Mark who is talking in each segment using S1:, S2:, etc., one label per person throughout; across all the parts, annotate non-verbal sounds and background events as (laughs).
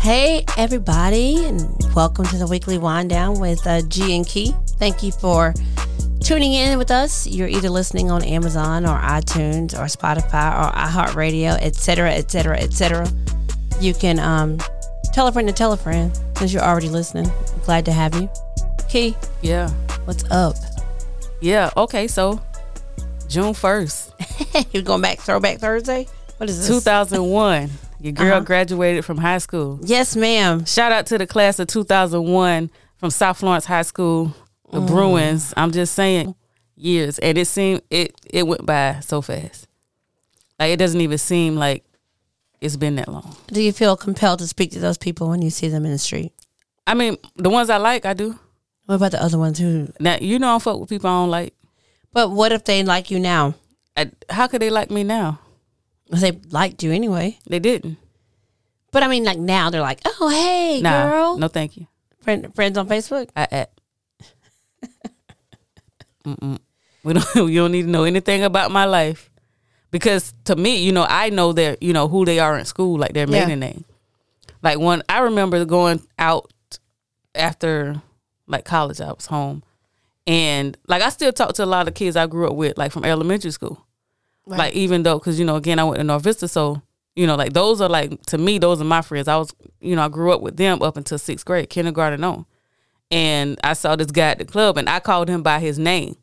S1: Hey, everybody, and welcome to the weekly wind down with uh, G and Key. Thank you for tuning in with us. You're either listening on Amazon or iTunes or Spotify or iHeartRadio, etc., etc., etc. You can um, tell a friend to tell a friend since you're already listening. Glad to have you. Key,
S2: Yeah.
S1: what's up? (laughs)
S2: Yeah. Okay. So June
S1: (laughs)
S2: 1st,
S1: you're going back Throwback Thursday? What is this?
S2: 2001, your girl
S1: Uh-huh.
S2: graduated from high school.
S1: yes, ma'am.
S2: Shout out to the class of 2001 from South Florence High School, the
S1: Mm.
S2: Bruins. I'm just saying years. And it seemed, it, it went by so fast. Like it doesn't even seem like it's been that long.
S1: Do you feel compelled to speak to those people when you see them in the street?
S2: I mean, the ones I like, I do.
S1: What about the other ones who?
S2: Now, you know, I don't fuck with people I don't like.
S1: But what if they like you now?
S2: I, how could they like me now?
S1: They liked you anyway.
S2: They didn't.
S1: But I mean, like now they're like, oh hey
S2: Nah.
S1: girl,
S2: No, thank you.
S1: Friend, friends on Facebook.
S2: I (laughs) at. Mm-mm. We don't. (laughs) You don't need to know anything about my life, because to me, you know, I know their, you know, who they are in school, like their
S1: Yeah.
S2: maiden name. Like one, I remember going out after like college. I was home, and like I still talk to a lot of kids I grew up with, like from elementary school.
S1: Right.
S2: Like even though, because you know, again, I went to North Vista, so you know, like those are like to me, those are my friends. I was, you know, I grew up with them up until sixth grade, kindergarten on and I saw this guy at the club and I called him by his name.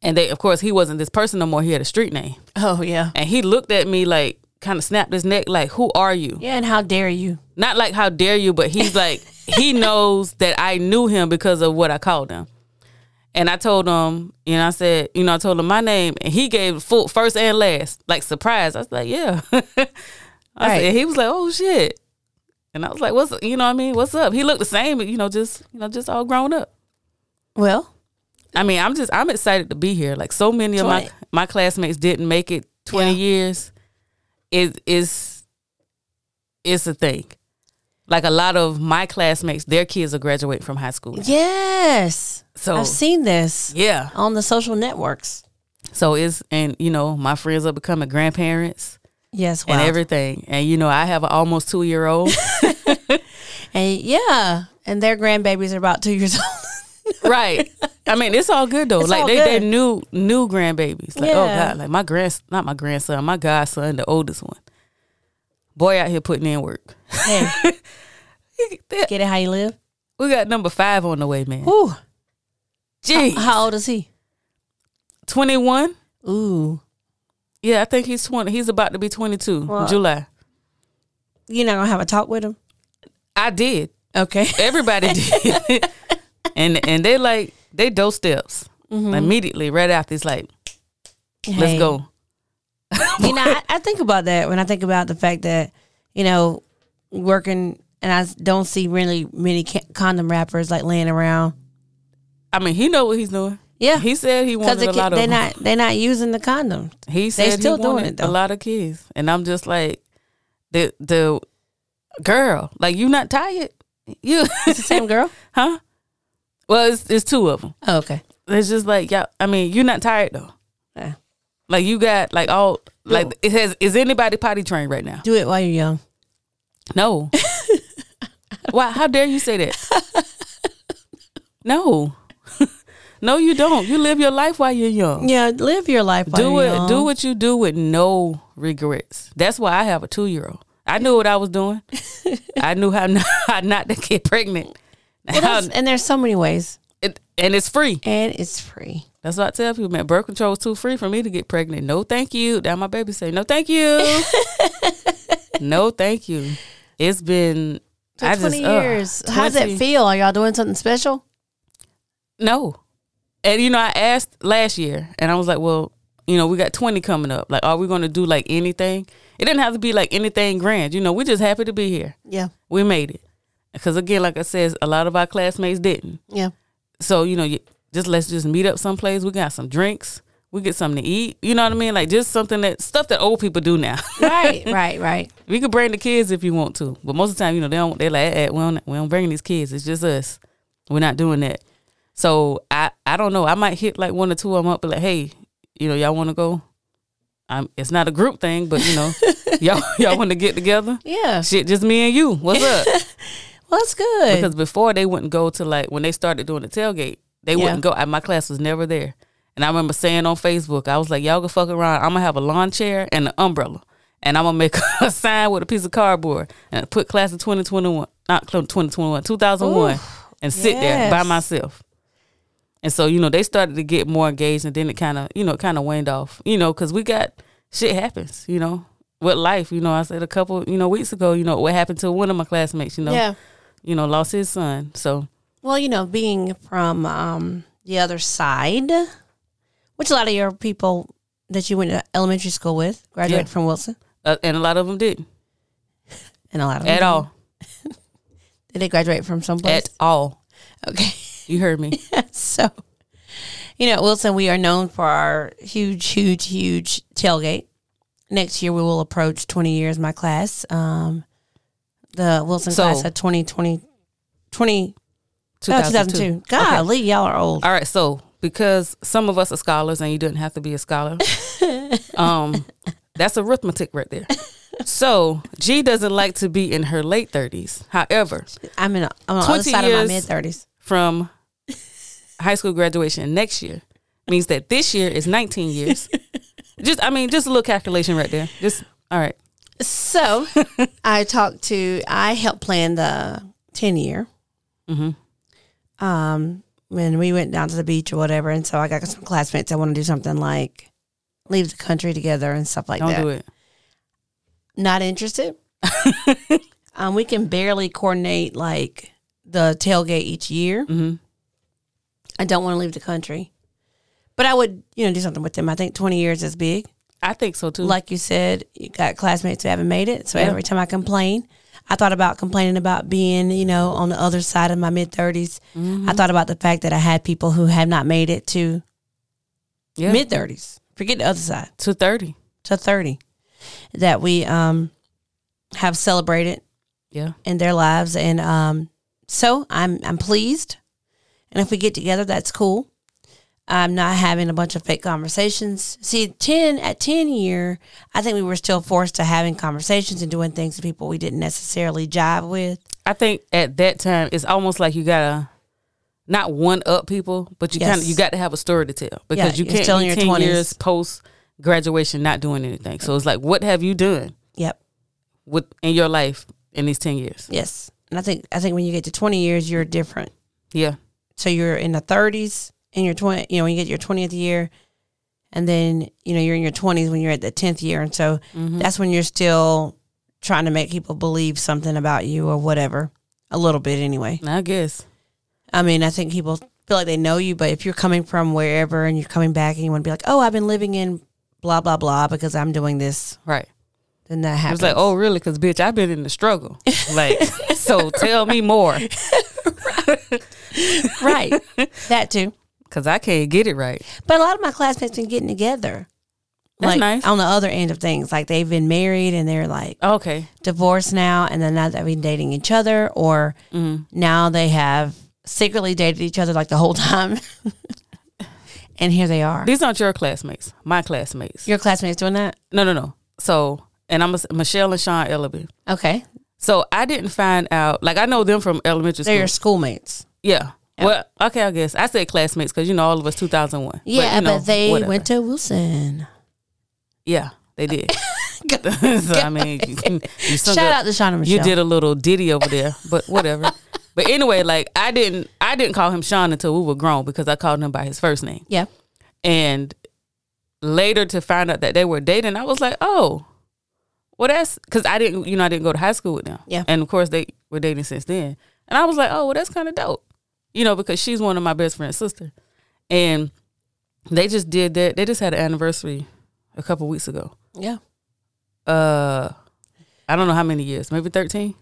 S2: And they of course he wasn't this person no more, he had a street name.
S1: Oh yeah,
S2: And he looked at me like kind of snapped his neck like, "Who are you?"
S1: yeah. And how dare you?
S2: Not like how dare you, but he's like he knows that I knew him because of what I called him. And I told him, you know, I said, you know, I told him my name and he gave full first and last, like surprise. I was like, "Yeah." (laughs) I
S1: Right.
S2: said, he was like, "Oh shit." And I was like, "What's you know what I mean? What's up?" He looked the same, but you know, just, you know, just all grown up.
S1: Well,
S2: I mean, I'm just I'm excited to be here. Like so many of my
S1: Twenty-
S2: my classmates didn't make it 20
S1: Yeah.
S2: years. It is it's a thing. Like a lot of my classmates, their kids are graduating from high school.
S1: yes.
S2: So
S1: I've seen this
S2: yeah.
S1: on the social networks.
S2: So it's and you know, my friends are becoming grandparents
S1: Yes, wow.
S2: and everything. And you know, I have an almost 2-year-old.
S1: and yeah, and their grandbabies are about two (laughs) years old.
S2: right. (laughs) I mean, it's all good though.
S1: It's
S2: like
S1: all
S2: they they
S1: good.
S2: new new grandbabies. Like oh
S1: Yeah.
S2: god, like my grand not my grandson, my godson, the oldest one. Boy out here putting in work.
S1: (laughs) hey, get it how you live.
S2: We got number five on the way, man.
S1: Ooh, (laughs)
S2: Gee,
S1: how old is he?
S2: twenty one.
S1: Ooh,
S2: Yeah, I think he's twenty. He's about to be twenty two.
S1: Well-
S2: July.
S1: you're not gonna have a talk with him.
S2: I did.
S1: (laughs) Okay.
S2: Everybody
S1: (laughs)
S2: did. and and they like they doorsteps immediately right after. It's like let's
S1: Mm-hmm. Hey.
S2: go.
S1: you know, I, I think about that when I think about the fact that, you know, working and I s- don't see really many ca- condom wrappers like laying around.
S2: I mean, he know what he's doing.
S1: Yeah,
S2: He said he
S1: because
S2: wanted a lot of.
S1: they're
S2: them.
S1: not they're not using the condom.
S2: He said
S1: still
S2: he
S1: doing
S2: wanted
S1: it, though.
S2: a lot of kids, and I'm just like the the girl. Like you not tired? You (laughs)
S1: It's the same girl.
S2: huh? Well, it's, it's two of them.
S1: (laughs) Oh, okay.
S2: It's just like yeah. I mean, you're not tired though.
S1: Yeah.
S2: Like you got like all like
S1: No.
S2: it has is anybody potty trained right now?
S1: Do it while you're young. (laughs)
S2: No. Why how dare you say that? No. (laughs) no, you don't. You live your life while you're young.
S1: Yeah, live your life. While
S2: Do
S1: you're
S2: it
S1: young.
S2: do what you do with no regrets. That's why I have a two year old. I knew what I was
S1: (laughs)
S2: doing. I knew how not, how not to get pregnant.
S1: Well, that's- and there's so many ways,
S2: It- and it's free.
S1: and it's free.
S2: That's what I tell people, man. Birth control is too free for me to get pregnant. No, thank you. Now my baby say, no, thank you.
S1: (laughs)
S2: no, thank you. It's been
S1: For
S2: I just, uh,
S1: Twenty
S2: ugh,
S1: years. How does it
S2: 20
S1: feel? Are y'all doing something special?
S2: No, and you know I asked last year, and I was like, well, you know, we got twenty coming up. Like, are we going to do like anything? It didn't have to be like anything grand. You know, we're just happy to be here.
S1: Yeah,
S2: We made it. Because again, like I said, a lot of our classmates didn't.
S1: yeah.
S2: So you know, you, just let's just meet up someplace. We got some drinks. We get something to eat. You know what I mean? Like just something that stuff that old people do now. (laughs)
S1: Right, right, right.
S2: we could bring the kids if you want to, but most of the time, you know, they don't. They like, eh, eh, we don't, we don't bring these kids. It's just us. We're not doing that. So I, I don't know. I might hit like one or two of them up, but like, hey, you know, y'all want to go? I'm, it's not a group thing, but you know, y'all y'all want to get together.
S1: Yeah.
S2: Shit, just me and you. What's up?
S1: Well, that's good.
S2: Because before they wouldn't go to like when they started doing the tailgate, they
S1: Yeah.
S2: wouldn't go. I, my class was never there, and I remember saying on Facebook, I was like, "Y'all go fuck around. I'm gonna have a lawn chair and an umbrella, and I'm gonna make (laughs) a sign with a piece of cardboard and put class of 2021, not cl- 2021, 2001, and sit there by
S1: yes.
S2: myself." And so you know they started to get more engaged, and then it kind of you know it kind of waned off, you know, because we got shit happens, you know. With life, you know, I said a couple, you know, weeks ago, you know, what happened to one of my classmates, you know,
S1: yeah.
S2: you know, lost his son. So
S1: Well, you know, being from um, the other side, which a lot of your people that you went to elementary school with graduated
S2: Yeah.
S1: from Wilson,
S2: uh, and a lot of them didn't
S1: and a lot of
S2: at
S1: them,
S2: all,
S1: did they graduate from someplace?
S2: at all.
S1: (laughs) okay,
S2: You
S1: (laughs)
S2: heard me.
S1: so you know, at Wilson, we are known for our huge, huge, huge tailgate. Next year, we will approach twenty years. My class, um, the Wilson
S2: So-
S1: class at 2020, 20, no,
S2: 2002.
S1: 2002. Golly, y'all are old.
S2: All right, so because some of us are scholars and you didn't have to be
S1: (laughs)
S2: a scholar, um, that's arithmetic right there. So G doesn't like to be in her late thirties. However,
S1: I'm in. I'm on the other
S2: 20
S1: side of
S2: years.
S1: my mid thirties.
S2: from high school graduation next year means that this year is
S1: (laughs)
S2: 19 years. just I mean, just a little calculation right there. Just all right.
S1: So (laughs) I talked to, I helped plan the 10 year. Mm-hmm. Um, when we went down to the beach or whatever. And so I got some classmates that want to do something like leave the country together and stuff like
S2: Don't
S1: that.
S2: do it.
S1: Not interested. um, we can barely coordinate like the tailgate each year. Mm-hmm. I don't want to leave the country. But I would, you know, do something with them. I think 20 years is big
S2: I think so too.
S1: like you said, you got classmates who haven't made it. So every time I complain, I thought about complaining about being, you know, on the other side of my mid 30s. I thought about the fact that I had people who have not made it to
S2: yeah,
S1: mid 30s. Forget the other side
S2: to 30.
S1: to 30 that we um, have celebrated
S2: Yeah.
S1: in their lives. And um, so I'm I'm pleased. And if we get together, that's cool. I'm not having a bunch of fake conversations. See, ten at ten year, I think we were still forced to having conversations and doing things with people we didn't necessarily jive with.
S2: I think at that time it's almost like you gotta not one up people, but you
S1: Yes.
S2: kind of you got to have a story to tell because
S1: Yeah,
S2: you
S1: you're
S2: can't
S1: still in
S2: be
S1: your
S2: ten
S1: 20s.
S2: years post graduation not doing anything. So it's like, what have you done
S1: Yep.
S2: with in your life in these ten years?
S1: Yes. And I think I think when you get to twenty years, you're different.
S2: Yeah,
S1: So you're in the thirties in your twenty. You know, when you get your twentieth year, and then you know you're in your twenties when you're at the tenth year, and so
S2: Mm-hmm.
S1: that's when you're still trying to make people believe something about you or whatever. A little bit, anyway.
S2: I guess.
S1: I mean, I think people feel like they know you, but if you're coming from wherever and you're coming back and you want to be like, "Oh, I've been living in blah blah blah because I'm doing this,"
S2: Right.
S1: then that
S2: It
S1: happens.
S2: was like, oh, really? Because bitch, I've been in the (laughs) struggle. Like, so tell me more,
S1: right, that too.
S2: because I can't get it right.
S1: But a lot of my classmates been getting together.
S2: That's
S1: like,
S2: nice.
S1: On the other end of things, like they've been married and they're like
S2: Okay.
S1: divorced now, and then now they've been dating each other, or
S2: Mm-hmm.
S1: now they have secretly dated each other like the whole time, (laughs) and here they are.
S2: These aren't your classmates. My classmates.
S1: Your classmates doing that?
S2: No, no, no. So, and I'm a, Michelle and Sean Ellaby.
S1: Okay,
S2: So I didn't find out. Like I know them from elementary
S1: they're
S2: school.
S1: your schoolmates.
S2: Yeah. Well, okay, I guess I said classmates because you know all of us 2001.
S1: Yeah, but,
S2: you know,
S1: they
S2: whatever.
S1: went to Wilson.
S2: Yeah,
S1: (laughs)
S2: they did.
S1: Go-
S2: (laughs) so I mean, you, (laughs) you sung
S1: Shout
S2: a-
S1: out to Shauna Michelle.
S2: you did a little ditty over there, but
S1: (laughs)
S2: whatever. but anyway, like I didn't, I didn't call him Sean until we were grown because I called him by his first name.
S1: Yeah.
S2: And later to find out that they were dating, I was like, oh, well, that's because I didn't, you know, I didn't go to high school with them.
S1: Yeah.
S2: And of course, they were dating since then. And I was like, oh, well, that's kind of dope, you know, because she's one of my best friend's sister. And they just did that. They just had an anniversary a couple weeks ago.
S1: Yeah.
S2: Uh, I don't know how many years, maybe 13?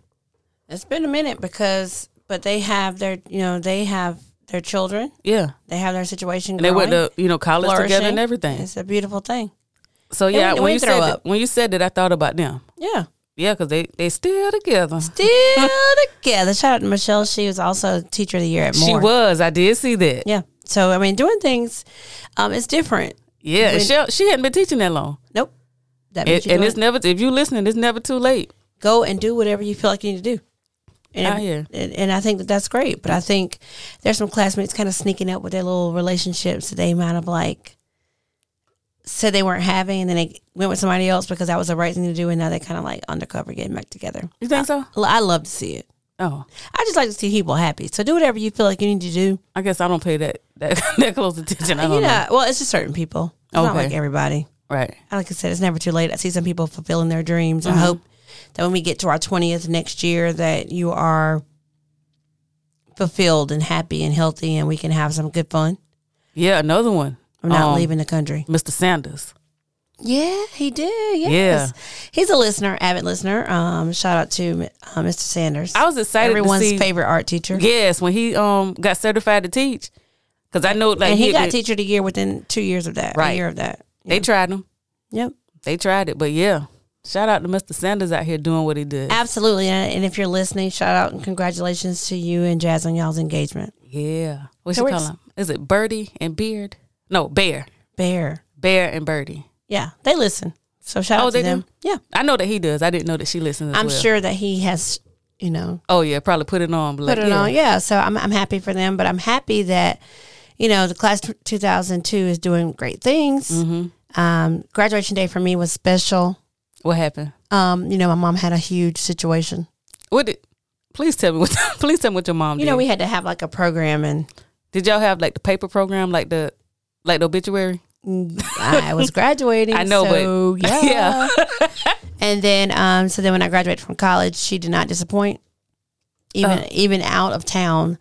S1: It's been a minute because, but they have their, you know, they have their children.
S2: Yeah.
S1: They have their situation.
S2: and they went
S1: growing,
S2: to you know college together
S1: flourishing.
S2: and everything.
S1: It's a beautiful thing.
S2: So yeah,
S1: we-
S2: when
S1: we
S2: you
S1: throw
S2: said that,
S1: up.
S2: when you said that, I thought about them.
S1: Yeah.
S2: Yeah, because they they still together.
S1: Still together. Shout out to Michelle. She was also Teacher of the Year at Moore.
S2: She was. I did see that.
S1: Yeah. So, I mean, doing things, um, it's different.
S2: Yeah, and she she hadn't been teaching that long,
S1: Nope. That
S2: and,
S1: means
S2: and
S1: you
S2: it's never. If you listening, it's never too late.
S1: go and do whatever you feel like you need to do. And,
S2: Out here.
S1: and, and I think that that's great. But I think there's some classmates kind of sneaking up with their little relationships that they might have like said they weren't having, and then they went with somebody else because that was the right thing to do, and now they kind of like undercover getting back together.
S2: You think so?
S1: L- I love to see it.
S2: Oh,
S1: I just like to see people happy. So do whatever you feel like you need to do.
S2: I guess I don't pay that (laughs) that, that close attention. I
S1: You
S2: don't know.
S1: know, well, it's just certain people. It's not
S2: Uh-huh. Okay.
S1: like everybody.
S2: Right.
S1: like I said, it's never too late. I see some people fulfilling their dreams. I hope that when we get to our twentieth next year, that you are fulfilled and happy and healthy, and we can have some good fun.
S2: Yeah, another one.
S1: I'm not
S2: Um,
S1: leaving the country.
S2: Mr. Sanders.
S1: Yeah, he did. Yes. he's a listener, avid listener. Um, shout out to uh, Mr. Sanders,
S2: I was excited
S1: everyone's
S2: to see.
S1: favorite art teacher.
S2: Yes, when he um got certified to teach, because I know like
S1: and he got
S2: had been-
S1: teacher of the year within two years of that.
S2: Right.
S1: a year of that.
S2: They tried him.
S1: Yep.
S2: They tried it, but yeah. Shout out to Mr. Sanders out here doing what he did.
S1: Absolutely. And and if you're listening, shout out and congratulations to you and Jazz on y'all's engagement.
S2: Yeah. What
S1: That
S2: you call
S1: works.
S2: him? Is it Birdie and Beard? No, Bear.
S1: Bear.
S2: Bear and Birdie.
S1: Yeah, they listen. So shout
S2: Oh,
S1: out
S2: they
S1: to them.
S2: do?
S1: Yeah,
S2: I know that he does. I didn't know that she listens. As
S1: I'm
S2: well.
S1: sure that he has, you know,
S2: Oh yeah, probably put it on.
S1: put it on. Yeah, so I'm I'm happy for them, but I'm happy that you know the class t- 2002 is doing great things.
S2: Mm. Mm-hmm.
S1: Um, graduation day for me was special.
S2: What happened?
S1: Um, you know, my mom had a huge situation.
S2: What did? Please tell me what. (laughs) please tell me what your mom
S1: You
S2: did.
S1: know, we had to have like a program, and
S2: did y'all have like the paper program, like the like the obituary? (laughs)
S1: I was graduating.
S2: I know, (laughs)
S1: so,
S2: but-
S1: yeah. and then, um, so then when I graduated from college, she did not disappoint, even
S2: Oh.
S1: even out of town,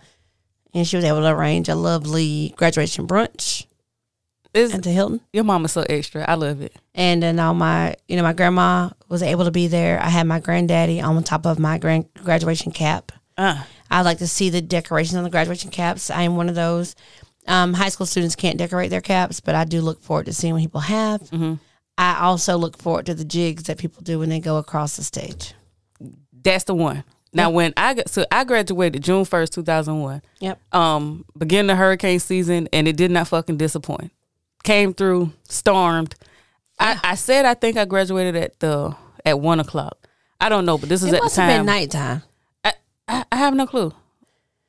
S1: and she was able to arrange a lovely graduation brunch
S2: It's,
S1: at the Hilton.
S2: your mom is so extra. I love it.
S1: And then all my, you know, my grandma was able to be there. I had my granddaddy on top of my grand graduation cap.
S2: Uh,
S1: I like to see the decorations on the graduation caps. I am one of those. Um, high school students can't decorate their caps, but I do look forward to seeing what people have.
S2: Mm-hmm.
S1: I also look forward to the jigs that people do when they go across the stage.
S2: that's the one. Now when I got so I graduated June first, two thousand one.
S1: Yep.
S2: Um, beginning the hurricane season, and it did not fucking disappoint. Came through, stormed. I, I said I think I graduated at the at one o'clock. I don't know, but this is
S1: It
S2: at the
S1: must have been
S2: time.
S1: nighttime.
S2: I, I, I have no clue.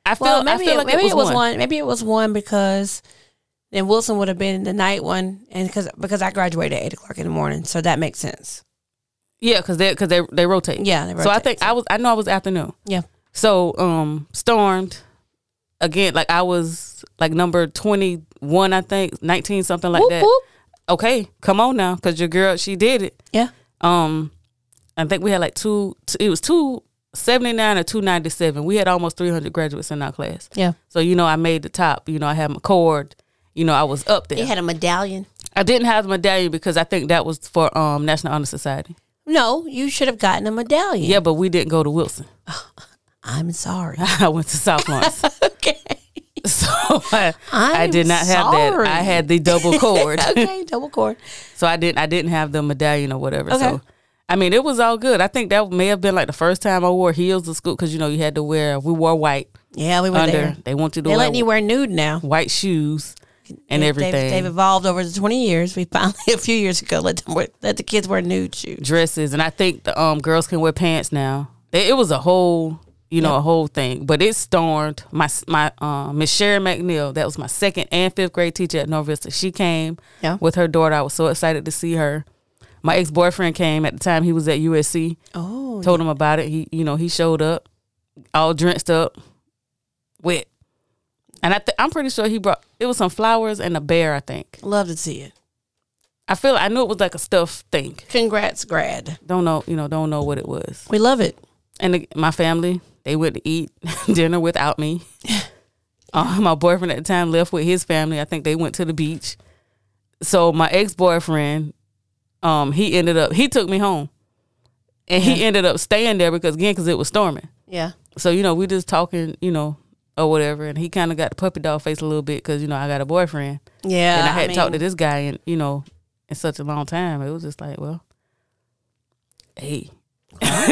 S2: I feel
S1: Well,
S2: I
S1: maybe,
S2: feel
S1: it,
S2: like
S1: maybe
S2: it was, one.
S1: Maybe it was one because then Wilson would have been the night one, and because because I graduated at eight o'clock in the morning, so that makes sense.
S2: Yeah, because they because they they rotate.
S1: Yeah, they
S2: So I
S1: rotate,
S2: think I was I know I was afternoon.
S1: Yeah.
S2: So um stormed again. Like I was like number twenty one, I think nineteen something like
S1: Whoop,
S2: that.
S1: whoop.
S2: Okay, come on now, because your girl she did it.
S1: Yeah.
S2: Um, I think we had like two. two it was two seventy nine or two ninety seven. We had almost three hundred graduates in our class.
S1: Yeah.
S2: So you know I made the top. You know I had my cord. You know I was up there.
S1: They had a medallion.
S2: I didn't have the medallion because I think that was for um National Honor Society.
S1: No, you should have gotten a medallion.
S2: Yeah, but we didn't go to Wilson. (laughs)
S1: I'm sorry.
S2: I went to South Lawrence.
S1: (laughs) okay.
S2: (laughs) So I, I
S1: I'm
S2: did not have
S1: sorry.
S2: that. I had the double
S1: (laughs)
S2: cord.
S1: okay, double cord.
S2: so I didn't I didn't have the medallion or whatever.
S1: Okay.
S2: So I mean, it was all good. I think that may have been like the first time I wore heels to school because you know you had to wear. We wore white
S1: Yeah, we were
S2: under.
S1: there.
S2: They want you to
S1: They're
S2: wear
S1: letting you wear nude now.
S2: white shoes and
S1: They-
S2: everything.
S1: They've, they've evolved over the 20 years. We finally, (laughs) a few years ago, let them wear, let the kids wear nude shoes.
S2: dresses, and I think the um girls can wear pants now. It, it was a whole, you know, a whole thing. But it stormed. My s- my um Miss Sherry McNeil, that was my second and fifth grade teacher at North Vista. She came
S1: Yeah.
S2: with her daughter. I was so excited to see her. My ex boyfriend came at the time. He was at USC.
S1: Oh,
S2: Told him about it. He you know he showed up, all drenched up, wet. And I th- I'm pretty sure he brought it was some flowers and a bear. I think
S1: love to see it.
S2: I feel I knew it was like a stuffed thing.
S1: Congrats, grad.
S2: Don't know you know don't know what it was.
S1: We love it.
S2: and the, my family they went to eat (laughs) dinner without me uh, my boyfriend at the time left with his family i think they went to the beach so my ex-boyfriend um he ended up he took me home and he ended up staying there because again because it was storming
S1: Yeah.
S2: so you know we just talking you know or whatever and he kind of got the puppy dog face a little bit because you know i got a boyfriend
S1: Yeah.
S2: and i hadn't
S1: Uh, mean,
S2: talked to this guy in you know in such a long time it was just like well hey (laughs)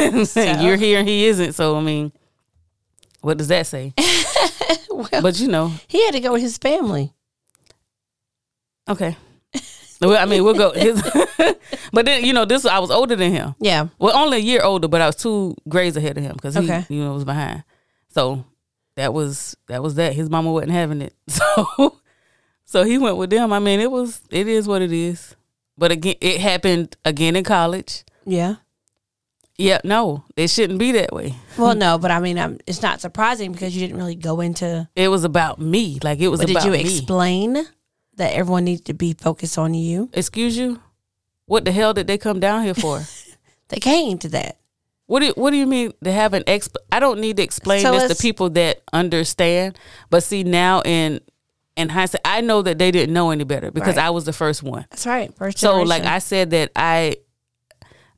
S2: you're here and he isn't so i mean what does that say
S1: (laughs) Well,
S2: but you know
S1: he had to go with his family.
S2: okay Well, I mean, we'll go. (laughs) His, but then you know, this I was older than him.
S1: Yeah.
S2: Well, only a year older, but I was two grades ahead of him because he,
S1: Okay.
S2: you know, was behind. So that was that was that. His mama wasn't having it, (laughs) so so he went with them. I mean, it was it is what it is. But again, it happened again in college.
S1: Yeah.
S2: Yeah, no, it shouldn't be that way.
S1: Well, no, but I mean, i it's not surprising because you didn't really go into.
S2: It was about me. Like it was
S1: But did
S2: about
S1: you
S2: me.
S1: explain that everyone needed to be focused on you?
S2: Excuse you. What the hell did they come down
S1: (laughs)
S2: here for?
S1: They came to that.
S2: What do you, what do you mean to have an exp? I don't need to explain
S1: So
S2: this
S1: it's-
S2: to people that understand. But see now in in hindsight, I know that they didn't know any better because
S1: Right.
S2: I was the first one.
S1: That's right. First
S2: So like
S1: generation.
S2: I said that I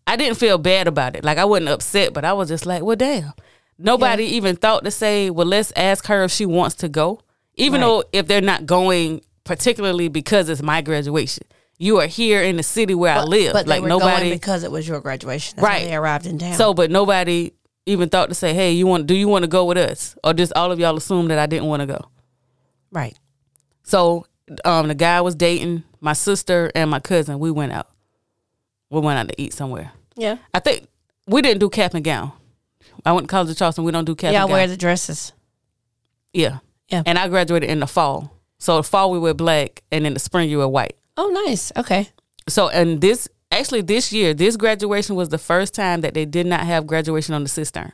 S2: I didn't feel bad about it. Like I wasn't upset, but I was just like, well, damn. Nobody even thought to say, well, let's ask her if she wants to go, even
S1: Right.
S2: though if they're not going, particularly because it's my graduation. You are here in the city where I live.
S1: but
S2: like
S1: they were
S2: nobody
S1: going because it was your graduation. That's right.
S2: Right.
S1: they arrived in town.
S2: so, but nobody even thought to say, "Hey, you want? Do you want to go with us?" Or just all of y'all assumed that I didn't want to go.
S1: right.
S2: So, um, the guy I was dating my sister and my cousin. We went out. We went out to eat somewhere.
S1: Yeah.
S2: I think we didn't do cap and gown. I went to college at Charleston. We don't do cap
S1: Y'all
S2: and gown.
S1: wear the dresses.
S2: yeah,
S1: Yeah.
S2: And I graduated in the fall. So the fall we wear black, and in the spring you wear white.
S1: Oh, nice. Okay.
S2: So, and this actually this year, this graduation was the first time that they did not have graduation on the cistern,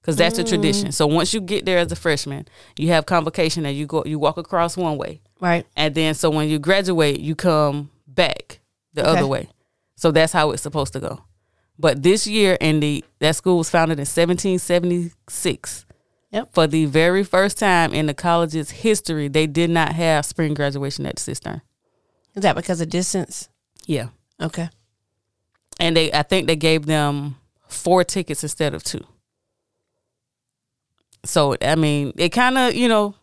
S2: because that's the tradition. So once you get there as a freshman, you have convocation and you go, you walk across one way,
S1: Right.
S2: and then so when you graduate, you come back the other way. So that's how it's supposed to go. But this year, and the that school was founded in 1776.
S1: Yep.
S2: For the very first time in the college's history, they did not have spring graduation at the cistern.
S1: Is that because of distance?
S2: Yeah.
S1: Okay.
S2: and they I think they gave them four tickets instead of two. So I mean, it kind of you know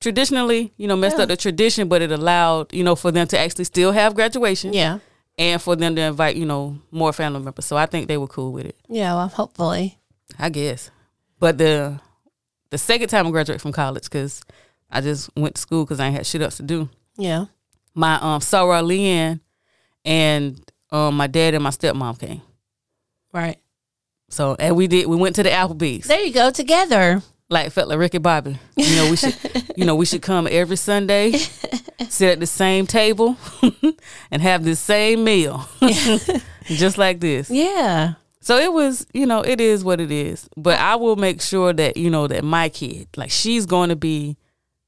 S2: traditionally you know messed
S1: Yeah.
S2: up the tradition, but it allowed you know for them to actually still have graduation
S1: Yeah.
S2: and for them to invite you know more family members. So I think they were cool with it,
S1: Yeah. Well, hopefully.
S2: I guess. But the the second time I graduated from college because I just went to school because I ain't had shit else to do
S1: Yeah.
S2: my um Sarah Leanne and um my dad and my stepmom came.
S1: Right.
S2: So and we did we went to the Applebee's.
S1: There you go. (laughs) Together.
S2: Like felt like Ricky Bobby. You know, we should you know, we should come every Sunday, sit at the same table (laughs) and have the same meal. (laughs) Just like this.
S1: Yeah.
S2: So it was, you know, it is what it is. But I will make sure that, you know, that my kid, like she's going to be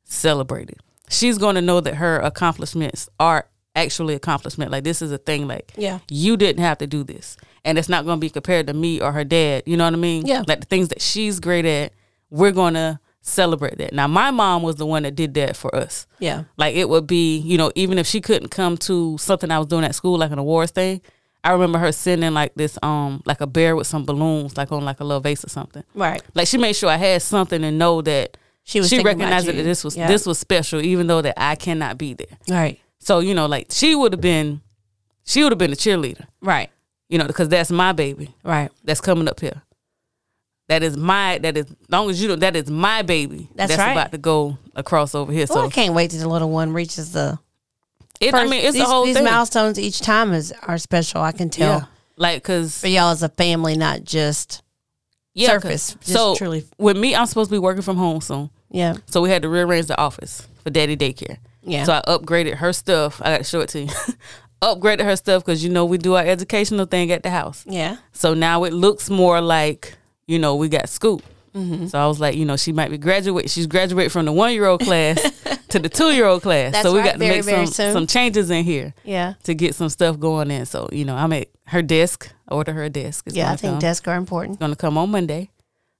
S2: celebrated. She's going to know that her accomplishments are actually accomplishment. Like this is a thing like
S1: Yeah.
S2: you didn't have to do this. And it's not going to be compared to me or her dad. You know what I mean?
S1: Yeah.
S2: Like the things that she's great at, we're going to celebrate that. Now, my mom was the one that did that for us.
S1: Yeah.
S2: Like it would be, you know, even if she couldn't come to something I was doing at school, like an awards thing, I remember her sending like this, um, like a bear with some balloons, like on like a little vase or something.
S1: Right.
S2: Like she made sure I had something and know that
S1: She was.
S2: she
S1: thinking about
S2: recognized that
S1: you.
S2: this was
S1: Yeah.
S2: this was special, even though that I cannot be there.
S1: Right.
S2: So you know, like she would have been, she would have been a cheerleader
S1: Right.
S2: you know, because that's my baby
S1: Right.
S2: that's coming up here. That is my that is long as you know that is my baby
S1: That's right.
S2: about to go across over here.
S1: Well, I
S2: so
S1: can't wait till the little one reaches the.
S2: it, I
S1: first-
S2: mean, it's
S1: these,
S2: a whole
S1: these
S2: thing.
S1: milestones each time is are special. I can tell
S2: yeah, like because
S1: for y'all as a family, not just
S2: yeah, 'cause-
S1: surface. Just
S2: so
S1: truly,
S2: with me, I'm supposed to be working from home soon,
S1: yeah,
S2: so we had to rearrange the office for daddy daycare.
S1: yeah,
S2: So I upgraded her stuff. I got to show it to you. (laughs) upgraded her stuff because you know we do our educational thing at the house.
S1: yeah,
S2: So now it looks more like, you know, we got scoop.
S1: Mm-hmm.
S2: So I was like, you know, she might be graduate. She's graduated from the one year old class
S1: (laughs)
S2: to the two year old class.
S1: That's
S2: so we
S1: right,
S2: got to
S1: very,
S2: make
S1: very
S2: some
S1: soon.
S2: some changes in here
S1: yeah,
S2: to get some stuff going in. So you know, I'm at her desk. I order her a desk. It's
S1: yeah. I
S2: gonna
S1: think
S2: come.
S1: desks are important.
S2: It's gonna come on Monday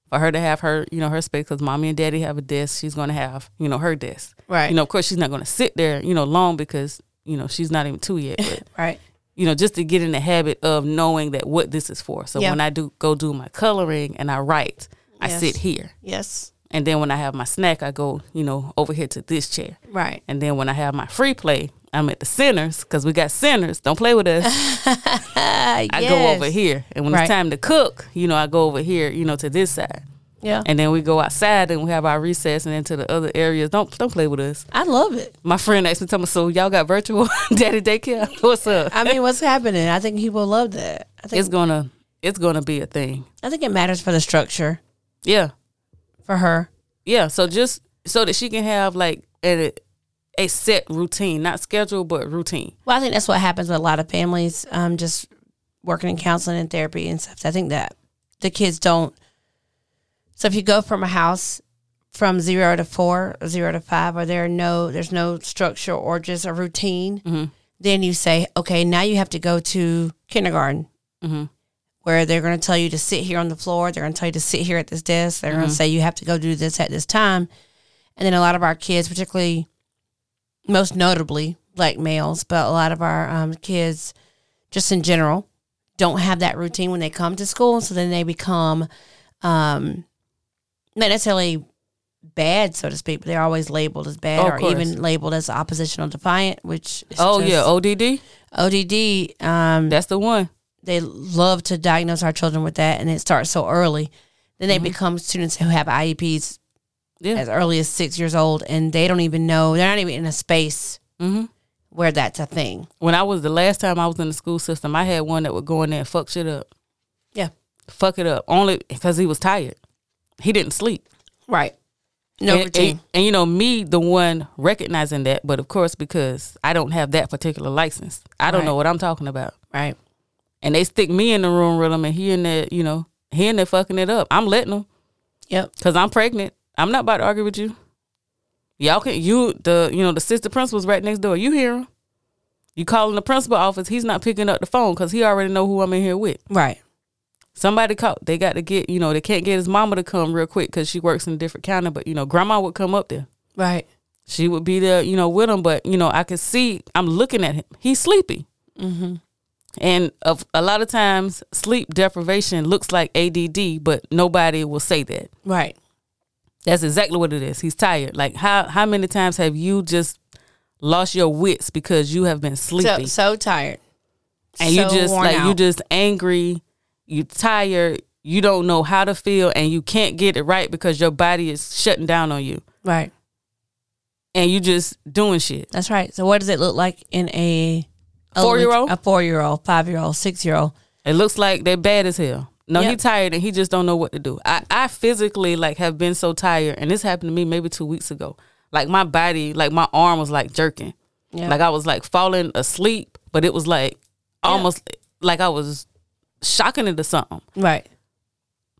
S2: for her to have her, you know, her space because mommy and daddy have a desk. She's gonna have, you know, her desk.
S1: Right.
S2: You know, of course, she's not gonna sit there, you know, long because you know she's not even two yet. But
S1: Right.
S2: you know, just to get in the habit of knowing that what this is for. So
S1: Yeah.
S2: when I do go do my coloring and I write, I
S1: Yes.
S2: sit here.
S1: Yes.
S2: And then when I have my snack, I go, you know, over here to this chair.
S1: Right.
S2: And then when I have my free play, I'm at the centers because we got centers. Don't play with us.
S1: (laughs) Uh,
S2: I go over here. And when
S1: Right.
S2: it's time to cook, you know, I go over here, you know, to this side.
S1: Yeah.
S2: And then we go outside and we have our recess and into the other areas. Don't don't play with us.
S1: I love it.
S2: My friend asked me, tell me, so y'all got virtual (laughs) daddy daycare? What's up?
S1: I mean, what's happening? I think people love that. I think
S2: It's gonna it's gonna be a thing.
S1: I think it matters for the structure
S2: Yeah.
S1: for her.
S2: Yeah. So just so that she can have like a a set routine, not schedule but routine.
S1: Well, I think that's what happens with a lot of families, um, just working in counseling and therapy and stuff. I think that the kids don't. So if you go from a house from zero to four, or zero to five, or there are no, there's no structure or just a routine, then you say, okay, now you have to go to kindergarten,
S2: Mhm.
S1: where they're going to tell you to sit here on the floor. They're going to tell you to sit here at this desk. They're
S2: Mm-hmm.
S1: going to say you have to go do this at this time. And then a lot of our kids, particularly most notably black males, but a lot of our um, kids, just in general, don't have that routine when they come to school. So then they become um, not necessarily bad, so to speak, but they're always labeled as bad
S2: Oh, of
S1: or
S2: course.
S1: even labeled as oppositional defiant, which is
S2: oh
S1: just-
S2: yeah, ODD.
S1: ODD. Um,
S2: That's the one.
S1: they love to diagnose our children with that, and it starts so early. Then they become students who have IEPs
S2: Yeah.
S1: as early as six years old, and they don't even know they're not even in a space
S2: Mhm.
S1: where that's a thing.
S2: When I was the last time I was in the school system, I had one that would go in there and fuck shit up.
S1: Yeah,
S2: fuck it up only because he was tired. He didn't sleep.
S1: right. No
S2: and,
S1: routine.
S2: and- and, you know me, the one recognizing that, but of course because I don't have that particular license, I don't know
S1: Right.
S2: what I'm talking about.
S1: right.
S2: And they stick me in the room with him, and he in there, you know, he in there fucking it up. I'm letting him
S1: Yep.
S2: because I'm pregnant. I'm not about to argue with you. Y'all can you the you know the sister principal's right next door. You hear him? You calling the principal office? He's not picking up the phone because he already know who I'm in here with.
S1: Right.
S2: somebody called. They got to get, you know, they can't get his mama to come real quick because she works in a different county. But you know, grandma would come up there.
S1: Right.
S2: She would be there, you know, with him. But you know, I could see I'm looking at him. He's sleepy, and of a lot of times, sleep deprivation looks like ADD, but nobody will say that.
S1: Right.
S2: That's exactly what it is. He's tired. Like how how many times have you just lost your wits because you have been
S1: So
S2: sleepy?
S1: so tired.
S2: and
S1: So
S2: you just
S1: worn
S2: like you
S1: out.
S2: just angry, you tired, you don't know how to feel, and you can't get it right because your body is shutting down on you,
S1: right.
S2: and you just doing shit.
S1: That's right. So what does it look like in a
S2: Four-year-old?
S1: a four year old, five year old, six year old?
S2: It looks like they're bad as hell. No, he
S1: Yep.
S2: tired and he just don't know what to do. I, I physically like have been so tired, and this happened to me maybe two weeks ago. Like my body, like my arm was like jerking,
S1: Yeah.
S2: like I was like falling asleep, but it was like almost like I was shocking into something.
S1: Right.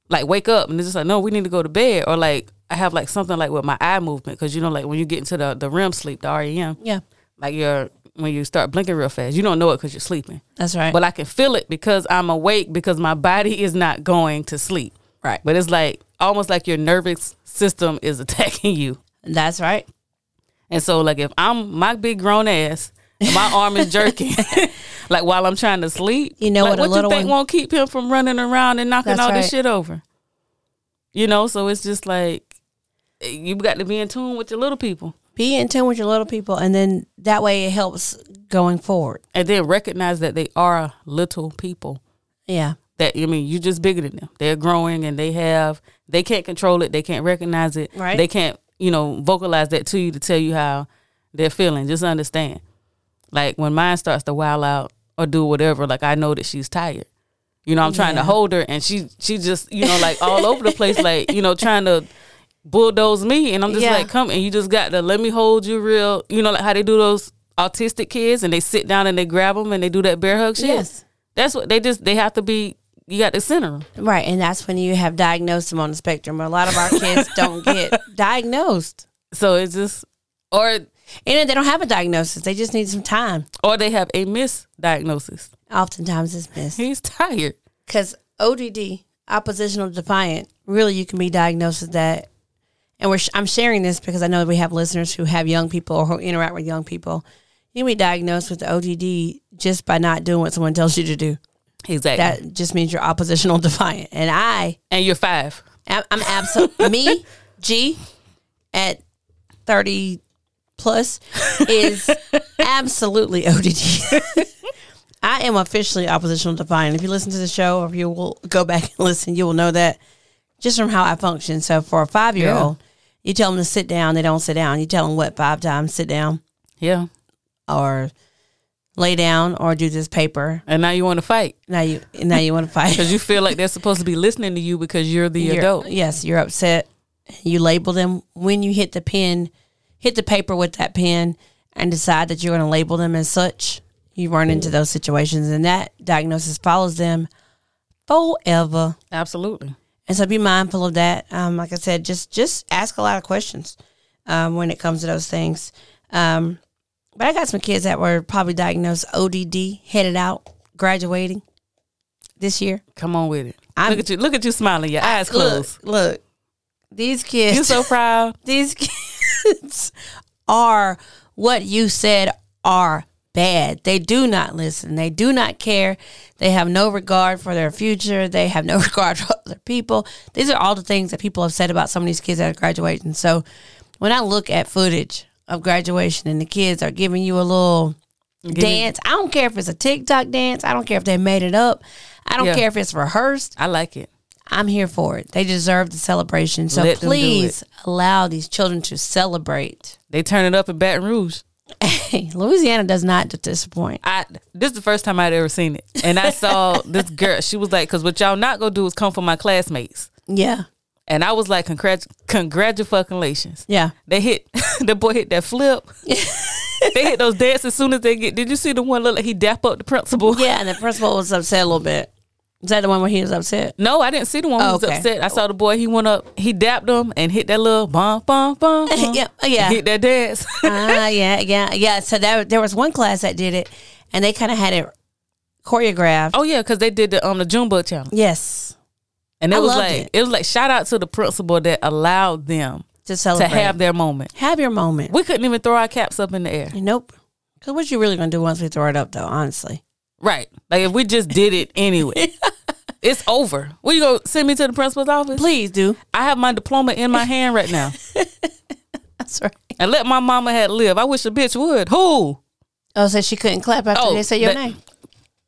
S2: like wake up and it's just like no we need to go to bed or like i have like something like with my eye movement because you know like when you get into the, the rem sleep the rem
S1: Yeah.
S2: like you're when you start blinking real fast you don't know it because you're sleeping
S1: That's right.
S2: but i can feel it because i'm awake because my body is not going to sleep
S1: right.
S2: but it's like almost like your nervous system is attacking (laughs) you
S1: That's right.
S2: and so like if i'm my big grown ass my arm is
S1: (laughs)
S2: jerking like while i'm trying to sleep
S1: You know
S2: like,
S1: what, a
S2: what
S1: little
S2: you think
S1: one-
S2: won't keep him from running around and knocking
S1: That's
S2: all this
S1: right.
S2: shit over you know so it's just like you got to be in tune with your little people
S1: Be in tune with your little people, and then that way it helps going forward.
S2: and then recognize that they are little people
S1: Yeah.
S2: that i mean you're just bigger than them they're growing and they have they can't control it they can't recognize it
S1: Right.
S2: they can't you know vocalize that to you to tell you how they're feeling just understand like when mine starts to wild out or do whatever like i know that she's tired you know i'm trying
S1: Yeah.
S2: to hold her and she she just you know like all over the place like you know trying to bulldoze me and i'm just
S1: Yeah.
S2: like come and you just got to let me hold you real you know like how they do those autistic kids and they sit down and they grab them and they do that bear hug shit
S1: Yes.
S2: that's what they just they have to be. You got to center 'em.
S1: Right. And that's when you have diagnosed them on the spectrum. A lot of our kids don't get diagnosed.
S2: So it's just or
S1: And they don't have a diagnosis. They just need some time.
S2: or they have a misdiagnosis.
S1: Oftentimes it's missed.
S2: (laughs) He's tired.
S1: Because ODD, oppositional defiant, really you can be diagnosed with that. And we're sh- I'm sharing this because I know that we have listeners who have young people or who interact with young people. You can be diagnosed with ODD just by not doing what someone tells you to do.
S2: Exactly.
S1: That just means you're oppositional (laughs) defiant. And I
S2: and you're five.
S1: I'm, I'm absent. Me, G, at thirty plus, is absolutely ODD. (laughs) I (laughs) am officially oppositional defiant. If you listen to the show, or if you will go back and listen, you will know that just from how I function. So for a five year old, you tell them to sit down, they don't sit down. You tell them what five times sit down
S2: Yeah.
S1: or lay down or do this paper.
S2: And now you want to fight
S1: Now you now you want to fight
S2: because you feel like they're supposed to be listening to you because you're the
S1: You're-
S2: adult.
S1: Yes, you're upset. You label them when you hit the pen, hit the paper with that pen, and decide that you're going to label them as such. You run into those situations, and that diagnosis follows them forever.
S2: Absolutely.
S1: And so, be mindful of that. Um, like I said, just just ask a lot of questions um, when it comes to those things. Um, but I got some kids that were probably diagnosed ODD, headed out, graduating this year.
S2: Come on with it.
S1: I'm-
S2: look at you. Look at you smiling. Your eyes closed.
S1: Look, look, these kids.
S2: You're so proud.
S1: these (laughs) kids are what you said are bad. They do not listen. They do not care. They have no regard for their future. They have no (laughs) regard for other people. These are all the things that people have said about some of these kids that are graduating. So when I look at footage of graduation and the kids are giving you a little dance, I don't care if it's a TikTok dance. I don't care if they made it up. I don't
S2: Yeah.
S1: care if it's rehearsed.
S2: I like it.
S1: I'm here for it. They deserve the celebration. So
S2: Let them do it.
S1: please allow these children to celebrate.
S2: They turn it up in Baton Rouge.
S1: Hey, (laughs) Louisiana does not disappoint.
S2: I this is the first time I'd ever seen it, and
S1: (laughs)
S2: I saw this girl. She was like, "Cause what y'all not gonna do is come for my classmates."
S1: Yeah.
S2: And I was like, "Congrat, congratulations!"
S1: Yeah.
S2: They hit (laughs) the boy hit
S1: (laughs)
S2: that flip. they hit those dance as soon as they get. Did you see the one look like he dap up the principal?
S1: Yeah. And the principal was upset a little bit. Is that the one where he was (laughs) upset?
S2: (laughs) No, I didn't see the one who
S1: Oh,
S2: was
S1: okay.
S2: upset. I saw the boy. He went up. He dapped him and hit that little bum bum
S1: (laughs)
S2: bum. bum.
S1: Yeah, yeah.
S2: Hit that dance. (laughs)
S1: Ah, yeah. Yeah. Yeah. So that, there was one class that did it and they kind of had it choreographed.
S2: oh yeah, because they did the um the Junebug challenge,
S1: Yes.
S2: and it
S1: I
S2: was
S1: loved
S2: like
S1: it.
S2: it was like shout out to the principal that allowed them
S1: To
S2: to
S1: celebrate.
S2: have their moment.
S1: have your moment.
S2: We couldn't even throw our caps up in the air.
S1: nope. Because what you really going to do once we throw it up, though, honestly?
S2: Right. Like if we just did it anyway.
S1: (laughs)
S2: It's over. Will you go send me to the principal's office?
S1: Please do.
S2: I have my diploma in my hand right now.
S1: That's right.
S2: And let my mama had live. I wish a bitch would. Who?
S1: Oh, so she couldn't clap after
S2: Oh,
S1: they said your
S2: that-
S1: name.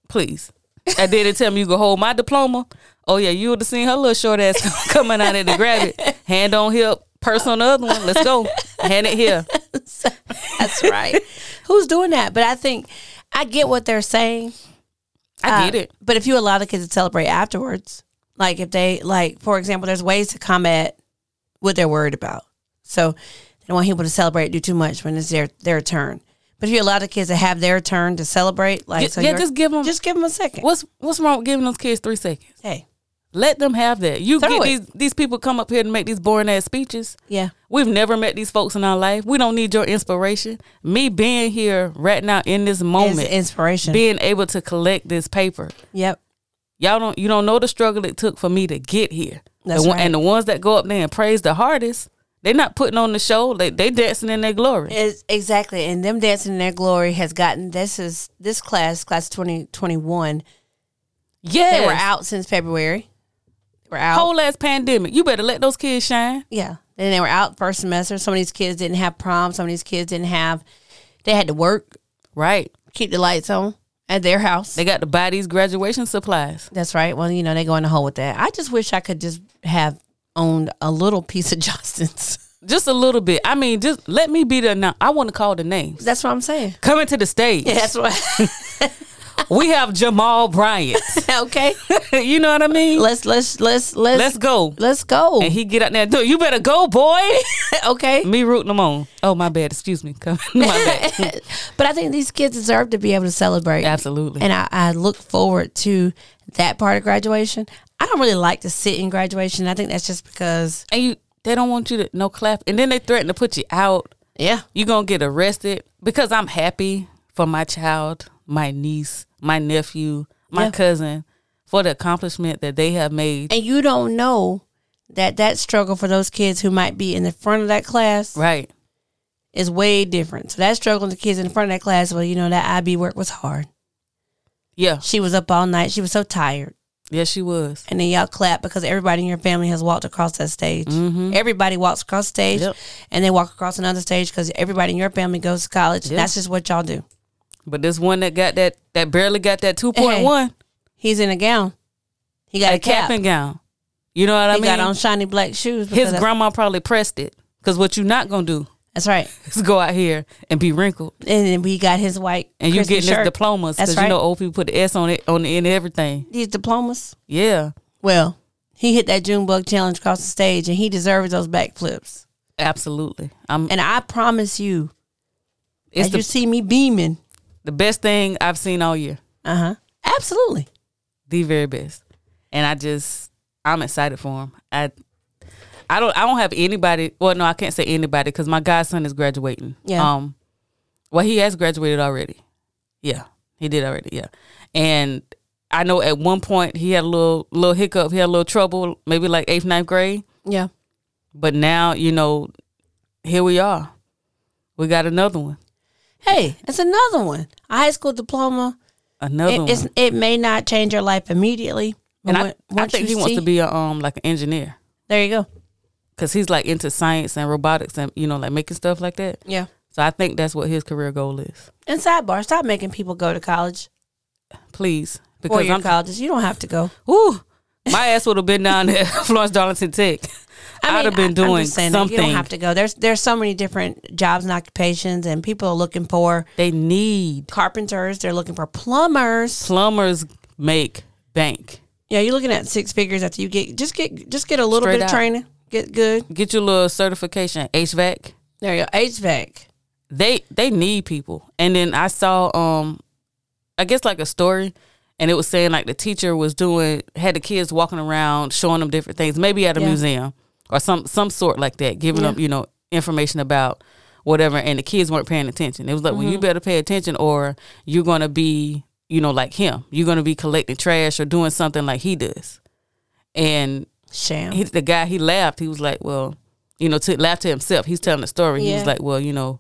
S2: Please. And then they tell me you can hold my diploma. Oh yeah, you would have seen her little short ass (laughs) coming out there to grab it. Hand on hip, purse on the other one. Let's go. Hand it here.
S1: That's right. Who's doing that? But I think I get what they're saying. Uh,
S2: I get it.
S1: But if you allow the kids to celebrate afterwards, like if they like, for example, there's ways to combat what they're worried about. So they don't want people to celebrate do too much when it's their their turn. But if you allow the kids to have their turn to celebrate, like
S2: Yeah,
S1: so
S2: yeah,
S1: you're-
S2: just give 'em-
S1: just give them a second.
S2: What's what's wrong with giving those kids three seconds?
S1: hey,
S2: Let them have that. You
S1: Throw
S2: get
S1: it.
S2: these these people come up here and make these boring ass speeches.
S1: yeah,
S2: We've never met these folks in our life. We don't need your inspiration. Me being here right now in this
S1: it's
S2: moment,
S1: inspiration.
S2: being able to collect this paper.
S1: yep,
S2: Y'all don't you don't know the struggle it took for me to get here.
S1: That's
S2: the one,
S1: right.
S2: And the ones that go up there and praise the hardest, they're not putting on the show. They they dancing in their glory.
S1: It's exactly, and them dancing in their glory has gotten this is this class class twenty twenty one.
S2: Yeah,
S1: They were out since February. They were out.
S2: Whole ass pandemic. You better let those kids shine.
S1: Yeah. Then they were out first semester. Some of these kids didn't have prom. Some of these kids didn't have, they had to work,
S2: Right.
S1: keep the lights on at their house.
S2: They got to buy these graduation supplies.
S1: That's right. Well, you know, they go in the hole with that. I just wish I could just have owned a little piece of (laughs) Justin's.
S2: Just a little bit. I mean, just let me be the now. I want to call the names.
S1: That's what I'm saying.
S2: Coming to the stage,
S1: That's what,
S2: we have Jamal Bryant.
S1: (laughs) okay.
S2: (laughs) you know what I mean?
S1: Let's, let's, let's, let's,
S2: Let's
S1: let's,
S2: go.
S1: go.
S2: And he get out there. Dude, you better go, boy.
S1: (laughs) okay.
S2: Me rooting them on. Oh, my bad. Excuse me. (laughs) Come- my
S1: (laughs)
S2: bad.
S1: But I think these kids deserve to be able to celebrate.
S2: Absolutely.
S1: and I, I look forward to that part of graduation. I don't really like to sit in graduation. I think that's just because,
S2: And you, they don't want you to no clap. And then they threaten to put you out.
S1: yeah,
S2: You're gonna get arrested because I'm happy for my child, my niece, my nephew, my
S1: Yeah.
S2: cousin for the accomplishment that they have made.
S1: and you don't know that that struggle for those kids who might be in the front of that class
S2: Right.
S1: is way different. So that struggle with the kids in the front of that class, well, you know that IB work was hard.
S2: Yeah.
S1: She was up all night. She was so tired.
S2: Yes, she was.
S1: And then y'all clap because everybody in your family has walked across that stage. Everybody walks across the stage
S2: Mm-hmm. Yep.
S1: and they walk across another stage because everybody in your family goes to college.
S2: Yep.
S1: That's just what y'all do.
S2: But this one that got that that barely got that two point one
S1: He's in a gown. He got a,
S2: a cap and gown. You know what I
S1: He
S2: mean?
S1: got on shiny black shoes. because
S2: His
S1: that's-
S2: grandma probably pressed it. Because what you not going to do (laughs)
S1: That's right.
S2: is go out here and be wrinkled.
S1: And then we got his white
S2: And you
S1: Christmas
S2: getting
S1: shirt.
S2: his diplomas.
S1: That's
S2: Because
S1: right.
S2: you know old people put the S on it on the end of everything.
S1: These diplomas.
S2: Yeah.
S1: Well, he hit that Junebug challenge across the stage, and he deserves those backflips.
S2: Absolutely. I'm
S1: And I promise you,
S2: it's
S1: as
S2: the,
S1: you see me beaming,
S2: the best thing I've seen all year.
S1: uh huh, absolutely.
S2: the very best. And I just I'm excited for him. I I don't I don't have anybody. Well, no, I can't say anybody because my godson is graduating.
S1: Yeah.
S2: Um, well, he has graduated already. Yeah, he did already. Yeah, and I know at one point he had a little little hiccup. He had a little trouble, maybe like eighth ninth grade.
S1: Yeah,
S2: But now you know, here we are. We got another one.
S1: Hey, it's another one. A high school diploma.
S2: Another
S1: It,
S2: one.
S1: it's, it may not change your life immediately. but
S2: and I,
S1: when-
S2: I
S1: once
S2: think
S1: you
S2: he wants
S1: see-
S2: to be a um like an engineer.
S1: There you go.
S2: because he's like into science and robotics and you know like making stuff like that
S1: Yeah.
S2: so i think that's what his career goal is
S1: And sidebar, stop making people go to college.
S2: please
S1: Four
S2: because
S1: year
S2: i'm
S1: colleges. You don't have to go.
S2: whew, my ass would have been down there (laughs) florence darlington tech I would have been
S1: I'm
S2: doing
S1: just saying that
S2: something
S1: You don't have to go. There's there's so many different jobs and occupations, and people are looking for
S2: they need
S1: carpenters. They're looking for plumbers.
S2: plumbers make bank
S1: Yeah, you're looking at six figures after you get just get just get a little
S2: Straight
S1: bit of
S2: out.
S1: training. Get good.
S2: get your little certification hvac
S1: There you go. E HVAC.
S2: they they need people and then i saw um i guess like a story and it was saying like the teacher was doing had the kids walking around showing them different things maybe at a
S1: Yeah.
S2: museum or some some sort like that giving them you know information about whatever and the kids weren't paying attention it was like well you better pay attention or you're gonna be you know like him you're gonna be collecting trash or doing something like he does and
S1: Sham.
S2: he, the guy he laughed. He was like, "Well, you know," to laugh to himself. He's telling the story. He
S1: Yeah.
S2: was like, "Well, you know,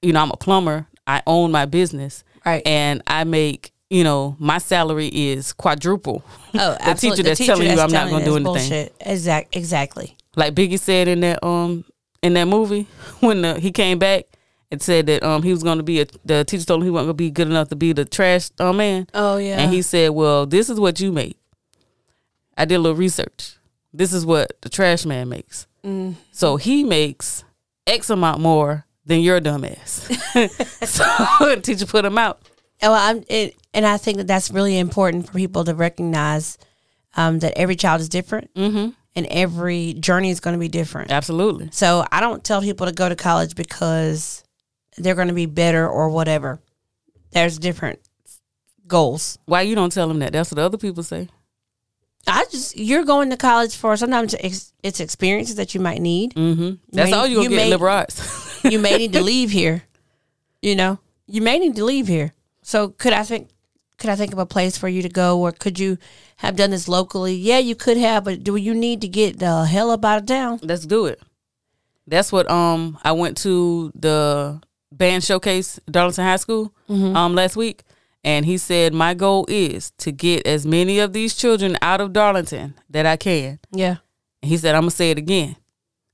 S2: you know, I'm a plumber. I own my business,
S1: right.
S2: and I make." You know, my salary is quadruple. (laughs)
S1: Oh,
S2: the teacher that's telling you I'm not going to do anything.
S1: Exact, exactly.
S2: Like Biggie said in that um in that movie (laughs) when uh he came back and said that um he was going to be a the teacher told him he wasn't going to be good enough to be the trash uh, man.
S1: Oh yeah.
S2: And he said, "Well, this is what you make." I did a little research. This is what the trash man makes.
S1: Mm-hmm.
S2: So he makes X amount more than
S1: (laughs)
S2: your dumbass. so (laughs) the teacher put him out.
S1: Oh, I'm, it, and I think that that's really important for people to recognize um, that every child is different, mm-hmm. and every journey is going to be different.
S2: Absolutely.
S1: So I don't tell people to go to college because they're going to be better or whatever. There's different goals.
S2: Why you don't tell him that? That's what other people say.
S1: I just you're going to college for sometimes it's, it's experiences that you might need.
S2: Mm-hmm. That's
S1: may-
S2: all you gonna
S1: you
S2: get
S1: may-
S2: liberal arts.
S1: you
S2: (laughs)
S1: may need to leave here. You know, you may need to leave here. So could I think could I think of a place for you to go, or could you have done this locally? Yeah, you could have, but do you need to get the hell up out of town?
S2: Let's do it. That's what um I went to the band showcase at Darlington High School um last week and he said my goal is to get as many of these children out of Darlington that I can.
S1: Yeah,
S2: And he said I'm going to say it again.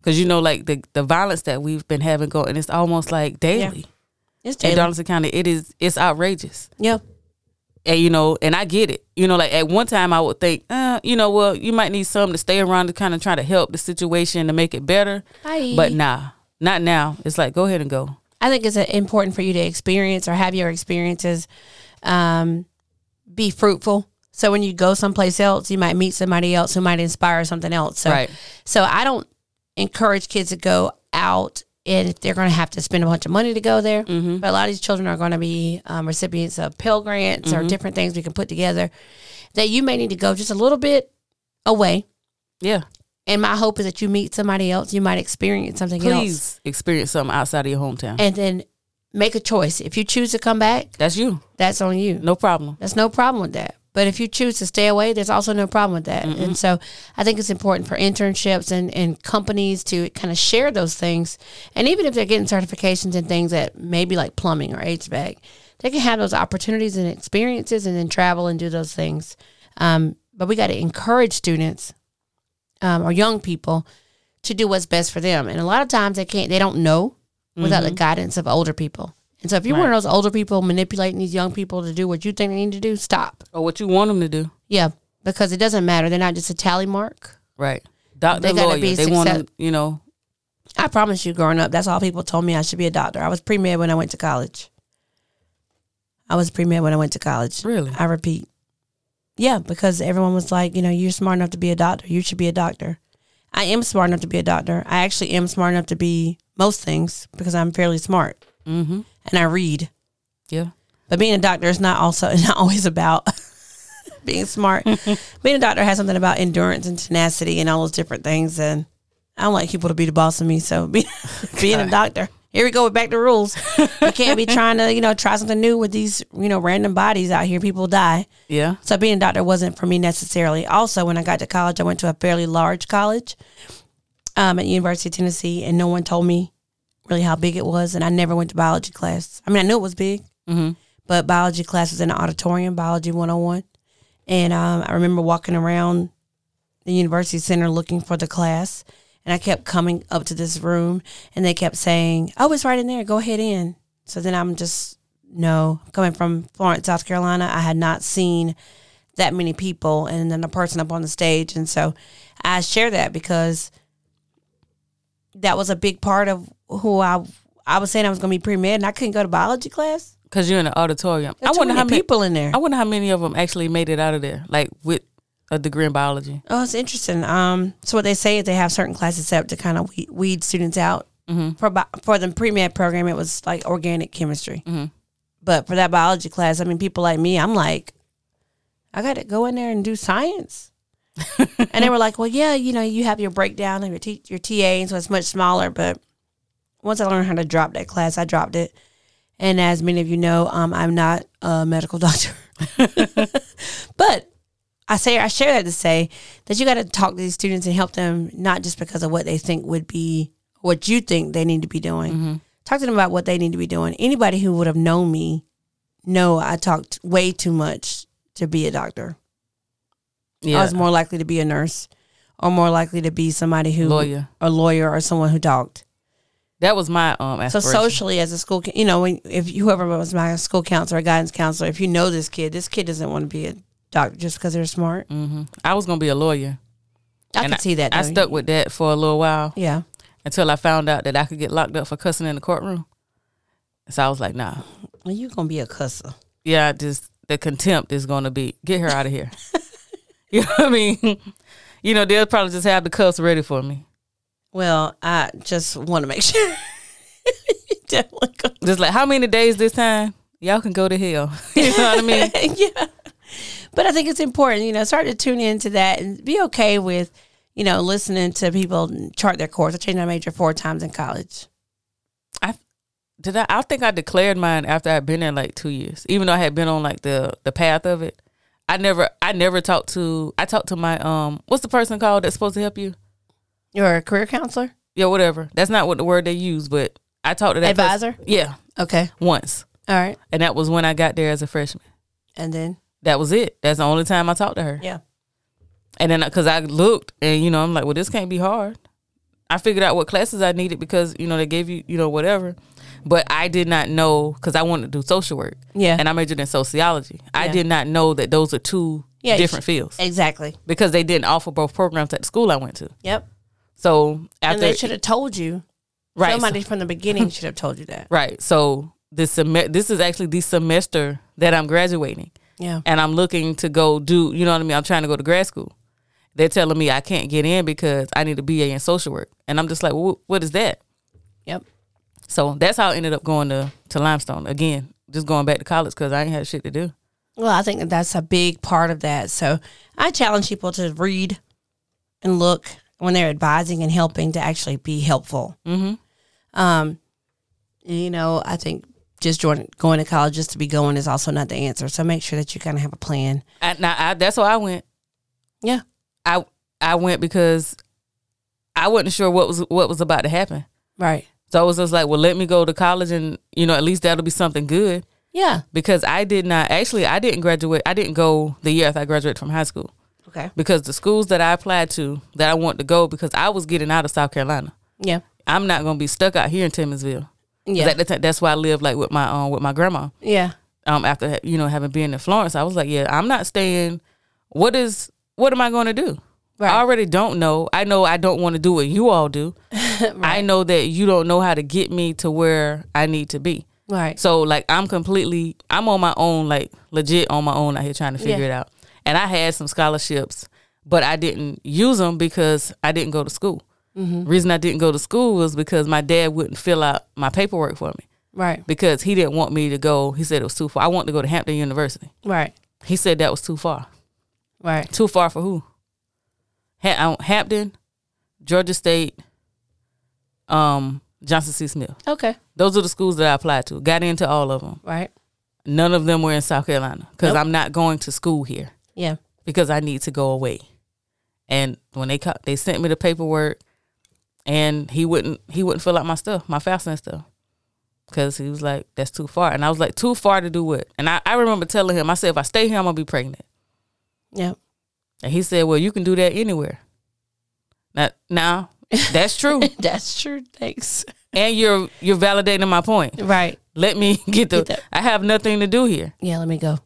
S2: Cuz you know like the the violence that we've been having go and it's almost like daily.
S1: it's
S2: In
S1: daily.
S2: Darlington County it is it's outrageous.
S1: yeah,
S2: And you know, and I get it. You know, like at one time I would think, uh, you know, well, you might need some to stay around to kind of try to help the situation to make it better. But nah, not now. It's like go ahead and go.
S1: I think it's uh, important for you to experience or have your experiences um, be fruitful. So when you go someplace else, you might meet somebody else who might inspire something else. So,
S2: Right.
S1: so I don't encourage kids to go out and if they're going to have to spend a bunch of money to go there.
S2: Mm-hmm.
S1: But a lot of these children are going to be um, recipients of Pell Grants
S2: Mm-hmm.
S1: or different things we can put together that you may need to go just a little bit away.
S2: Yeah,
S1: And my hope is that you meet somebody else, you might experience something
S2: please
S1: else,
S2: experience something outside of your hometown.
S1: and then make a choice. If you choose to come back,
S2: That's you.
S1: that's on you.
S2: No problem.
S1: There's no problem with that. But if you choose to stay away, there's also no problem with that. And so I think it's important for internships and, and companies to kind of share those things. And even if they're getting certifications and things that maybe like plumbing or HVAC, they can have those opportunities and experiences and then travel and do those things. Um, but we got to encourage students um, or young people to do what's best for them. And a lot of times they can't, they don't know without the guidance of older people. And so if you're one of those older people manipulating these young people to do what you think they need to do, stop.
S2: Or what you want them to do.
S1: Yeah, because it doesn't matter. They're not just a tally mark.
S2: Right. Doctor,
S1: They gotta
S2: lawyer.
S1: be
S2: they want to,
S1: success-
S2: you know,
S1: I promise you, growing up, that's all people told me I should be a doctor. I was pre med when I went to college. I was pre med when I went to college.
S2: Really?
S1: I repeat. Yeah, because everyone was like, you know, you're smart enough to be a doctor. You should be a doctor. I am smart enough to be a doctor. I actually am smart enough to be most things because I'm fairly smart
S2: mm-hmm.
S1: and I read.
S2: Yeah.
S1: But being a doctor is not also (laughs) not always about being smart. being a doctor has something about endurance and tenacity and all those different things. And I don't like people to be the boss of me. So (laughs) be, being a doctor, here we go with back to rules. you can't be trying to you know try something new with these you know random bodies out here. People die.
S2: Yeah.
S1: So being a doctor wasn't for me necessarily. Also, when I got to college, I went to a fairly large college um, at University of Tennessee, and no one told me really how big it was. And I never went to biology class. I mean, I knew it was big, but biology class was in an auditorium, biology 101. And um, I remember walking around the university center looking for the class. And I kept coming up to this room, and they kept saying, Oh, it's right in there. Go ahead in. So then I'm just, no, coming from Florence, South Carolina, I had not seen that many people and then the person up on the stage. And so I share that because that was a big part of who I I was saying I was going to be pre med, and I couldn't go to biology class.
S2: Because you're in the auditorium.
S1: I
S2: I wonder
S1: wouldn't
S2: how
S1: have
S2: many.
S1: people in there.
S2: I wonder how many of them actually made it out of there, like with a degree in biology.
S1: Oh, it's interesting. Um, so what they say is they have certain classes set up to kind of weed, weed students out. For bi- for the pre med program, it was like organic chemistry. But for that biology class, I mean, people like me, I'm like, I got to go in there and do science. and they were like, well, yeah, you know, you have your breakdown of your t- your TA, and so it's much smaller. But once I learned how to drop that class, I dropped it. And as many of you know, um, I'm not a medical (laughs) doctor, but I say I share that to say that you got to talk to these students and help them not just because of what they think would be what you think they need to be doing.
S2: Mm-hmm.
S1: Talk to them about what they need to be doing. Anybody who would have known me know I talked way too much to be a doctor. I
S2: Yeah.
S1: was more likely to be a nurse or more likely to be somebody who
S2: Lawyer.
S1: a lawyer or someone who talked.
S2: That was my um.
S1: So
S2: Aspiration.
S1: socially, as a school, ca- you know, when, if whoever was my school counselor, or guidance counselor, if you know this kid, this kid doesn't want to be a doctor just because they're smart.
S2: hmm I was gonna be a lawyer.
S1: I
S2: And
S1: can see that.
S2: I
S1: though.
S2: stuck with that for a little while
S1: Yeah,
S2: until I found out that I could get locked up for cussing in the courtroom. So I was like, nah.
S1: well, you're gonna be a cusser.
S2: Yeah, I just the contempt is gonna be get her out of here. (laughs) you know what I mean? You know, they'll probably just have the cuffs ready for me.
S1: Well, I just want to make (laughs) sure. You definitely (laughs) gonna-
S2: Just like how many days this time? Y'all can go to hell. (laughs) you know what
S1: (laughs)
S2: I mean?
S1: yeah, but I think it's important. You know, start to tune into that and be okay with, you know, listening to people chart their course. I changed my major four times in college.
S2: I did I I think I declared mine after I'd been there like two years. Even though I had been on like the the path of it. I never I never talked to I talked to my um what's the person called that's supposed to help you?
S1: You're a career counselor,
S2: Yeah, whatever. That's not what the word they use, but I talked to that person-
S1: advisor.
S2: Yeah,
S1: Okay,
S2: once.
S1: all right,
S2: And that was when I got there as a freshman.
S1: and then
S2: That was it. That's the only time I talked to her.
S1: yeah,
S2: And then because I looked and, you know, I'm like, well, this can't be hard. I figured out what classes I needed because, you know, they gave you, you know, whatever. But I did not know because I wanted to do social work
S1: yeah,
S2: and I majored in sociology. I
S1: Yeah.
S2: did not know that those are two
S1: Yeah,
S2: different fields
S1: exactly.
S2: because they didn't offer both programs at the school I went to.
S1: Yep.
S2: So after
S1: and they should have told you.
S2: right, so-
S1: Somebody from the beginning should have told you that.
S2: right. So this sem- this is actually the semester that I'm graduating.
S1: Yeah.
S2: and I'm looking to go do, you know what I mean? I'm trying to go to grad school. They're telling me I can't get in because I need a BA in social work. And I'm just like, well, wh- what is that?
S1: Yep.
S2: So that's how I ended up going to, to Limestone again, just going back to college because I ain't had shit to do.
S1: Well, I think that that's a big part of that. So I challenge people to read and look when they're advising and helping to actually be helpful. Mm-hmm. Um, you know, I think just join, going to college just to be going is also not the answer. So make sure that you kind of have a plan.
S2: I, now, I, that's why I went.
S1: Yeah.
S2: I I went because I wasn't sure what was what was about to happen.
S1: Right.
S2: So I was just like, well, let me go to college and, you know, at least that'll be something good.
S1: Yeah.
S2: Because I did not, actually, I didn't graduate. I didn't go the year after I graduated from high school.
S1: Okay.
S2: because the schools that I applied to that I want to go because I was getting out of South Carolina.
S1: Yeah.
S2: I'm not gonna be stuck out here in Timminsville. 'Cause
S1: Yeah.
S2: at the ti- that's why I lived like with my um with my grandma.
S1: yeah.
S2: Um, after ha- you know having been in Florence, I was like, yeah, I'm not staying. What is what am I going to do?
S1: Right.
S2: I already don't know. I know I don't want to do what you
S1: (laughs)
S2: all do. I know that you don't know how to get me to where I need to be.
S1: Right.
S2: So like I'm completely I'm on my own, like legit on my own out here trying to figure
S1: Yeah.
S2: it out. And I had some scholarships, but I didn't use them because I didn't go to school. Reason I didn't go to school was because my dad wouldn't fill out my paperwork for me
S1: Right.
S2: because he didn't want me to go. He said it was too far. I wanted to go to Hampton University.
S1: Right.
S2: He said that was too far.
S1: Right.
S2: Too far for who? Ha- uh, Hampton, Georgia State, um, Johnson C. Smith.
S1: Okay.
S2: Those are the schools that I applied to. Got into all of them.
S1: Right.
S2: None of them were in South Carolina because
S1: Nope.
S2: I'm not going to school here
S1: Yeah.
S2: because I need to go away. And when they co- they sent me the paperwork, and he wouldn't he wouldn't fill out my stuff, my FAFSA and stuff, because he was like, "That's too far." And I was like, "Too far to do what?" And I, I remember telling him, I said, "If I stay here, I'm gonna be pregnant."
S1: Yeah.
S2: And he said, "Well, you can do that anywhere." Now, now
S1: (laughs)
S2: that's true,
S1: (laughs) That's true. Thanks.
S2: and you're you're validating my point.
S1: Right.
S2: Let me (laughs) get the.
S1: Get that.
S2: I have nothing to do here.
S1: Yeah. Let me go.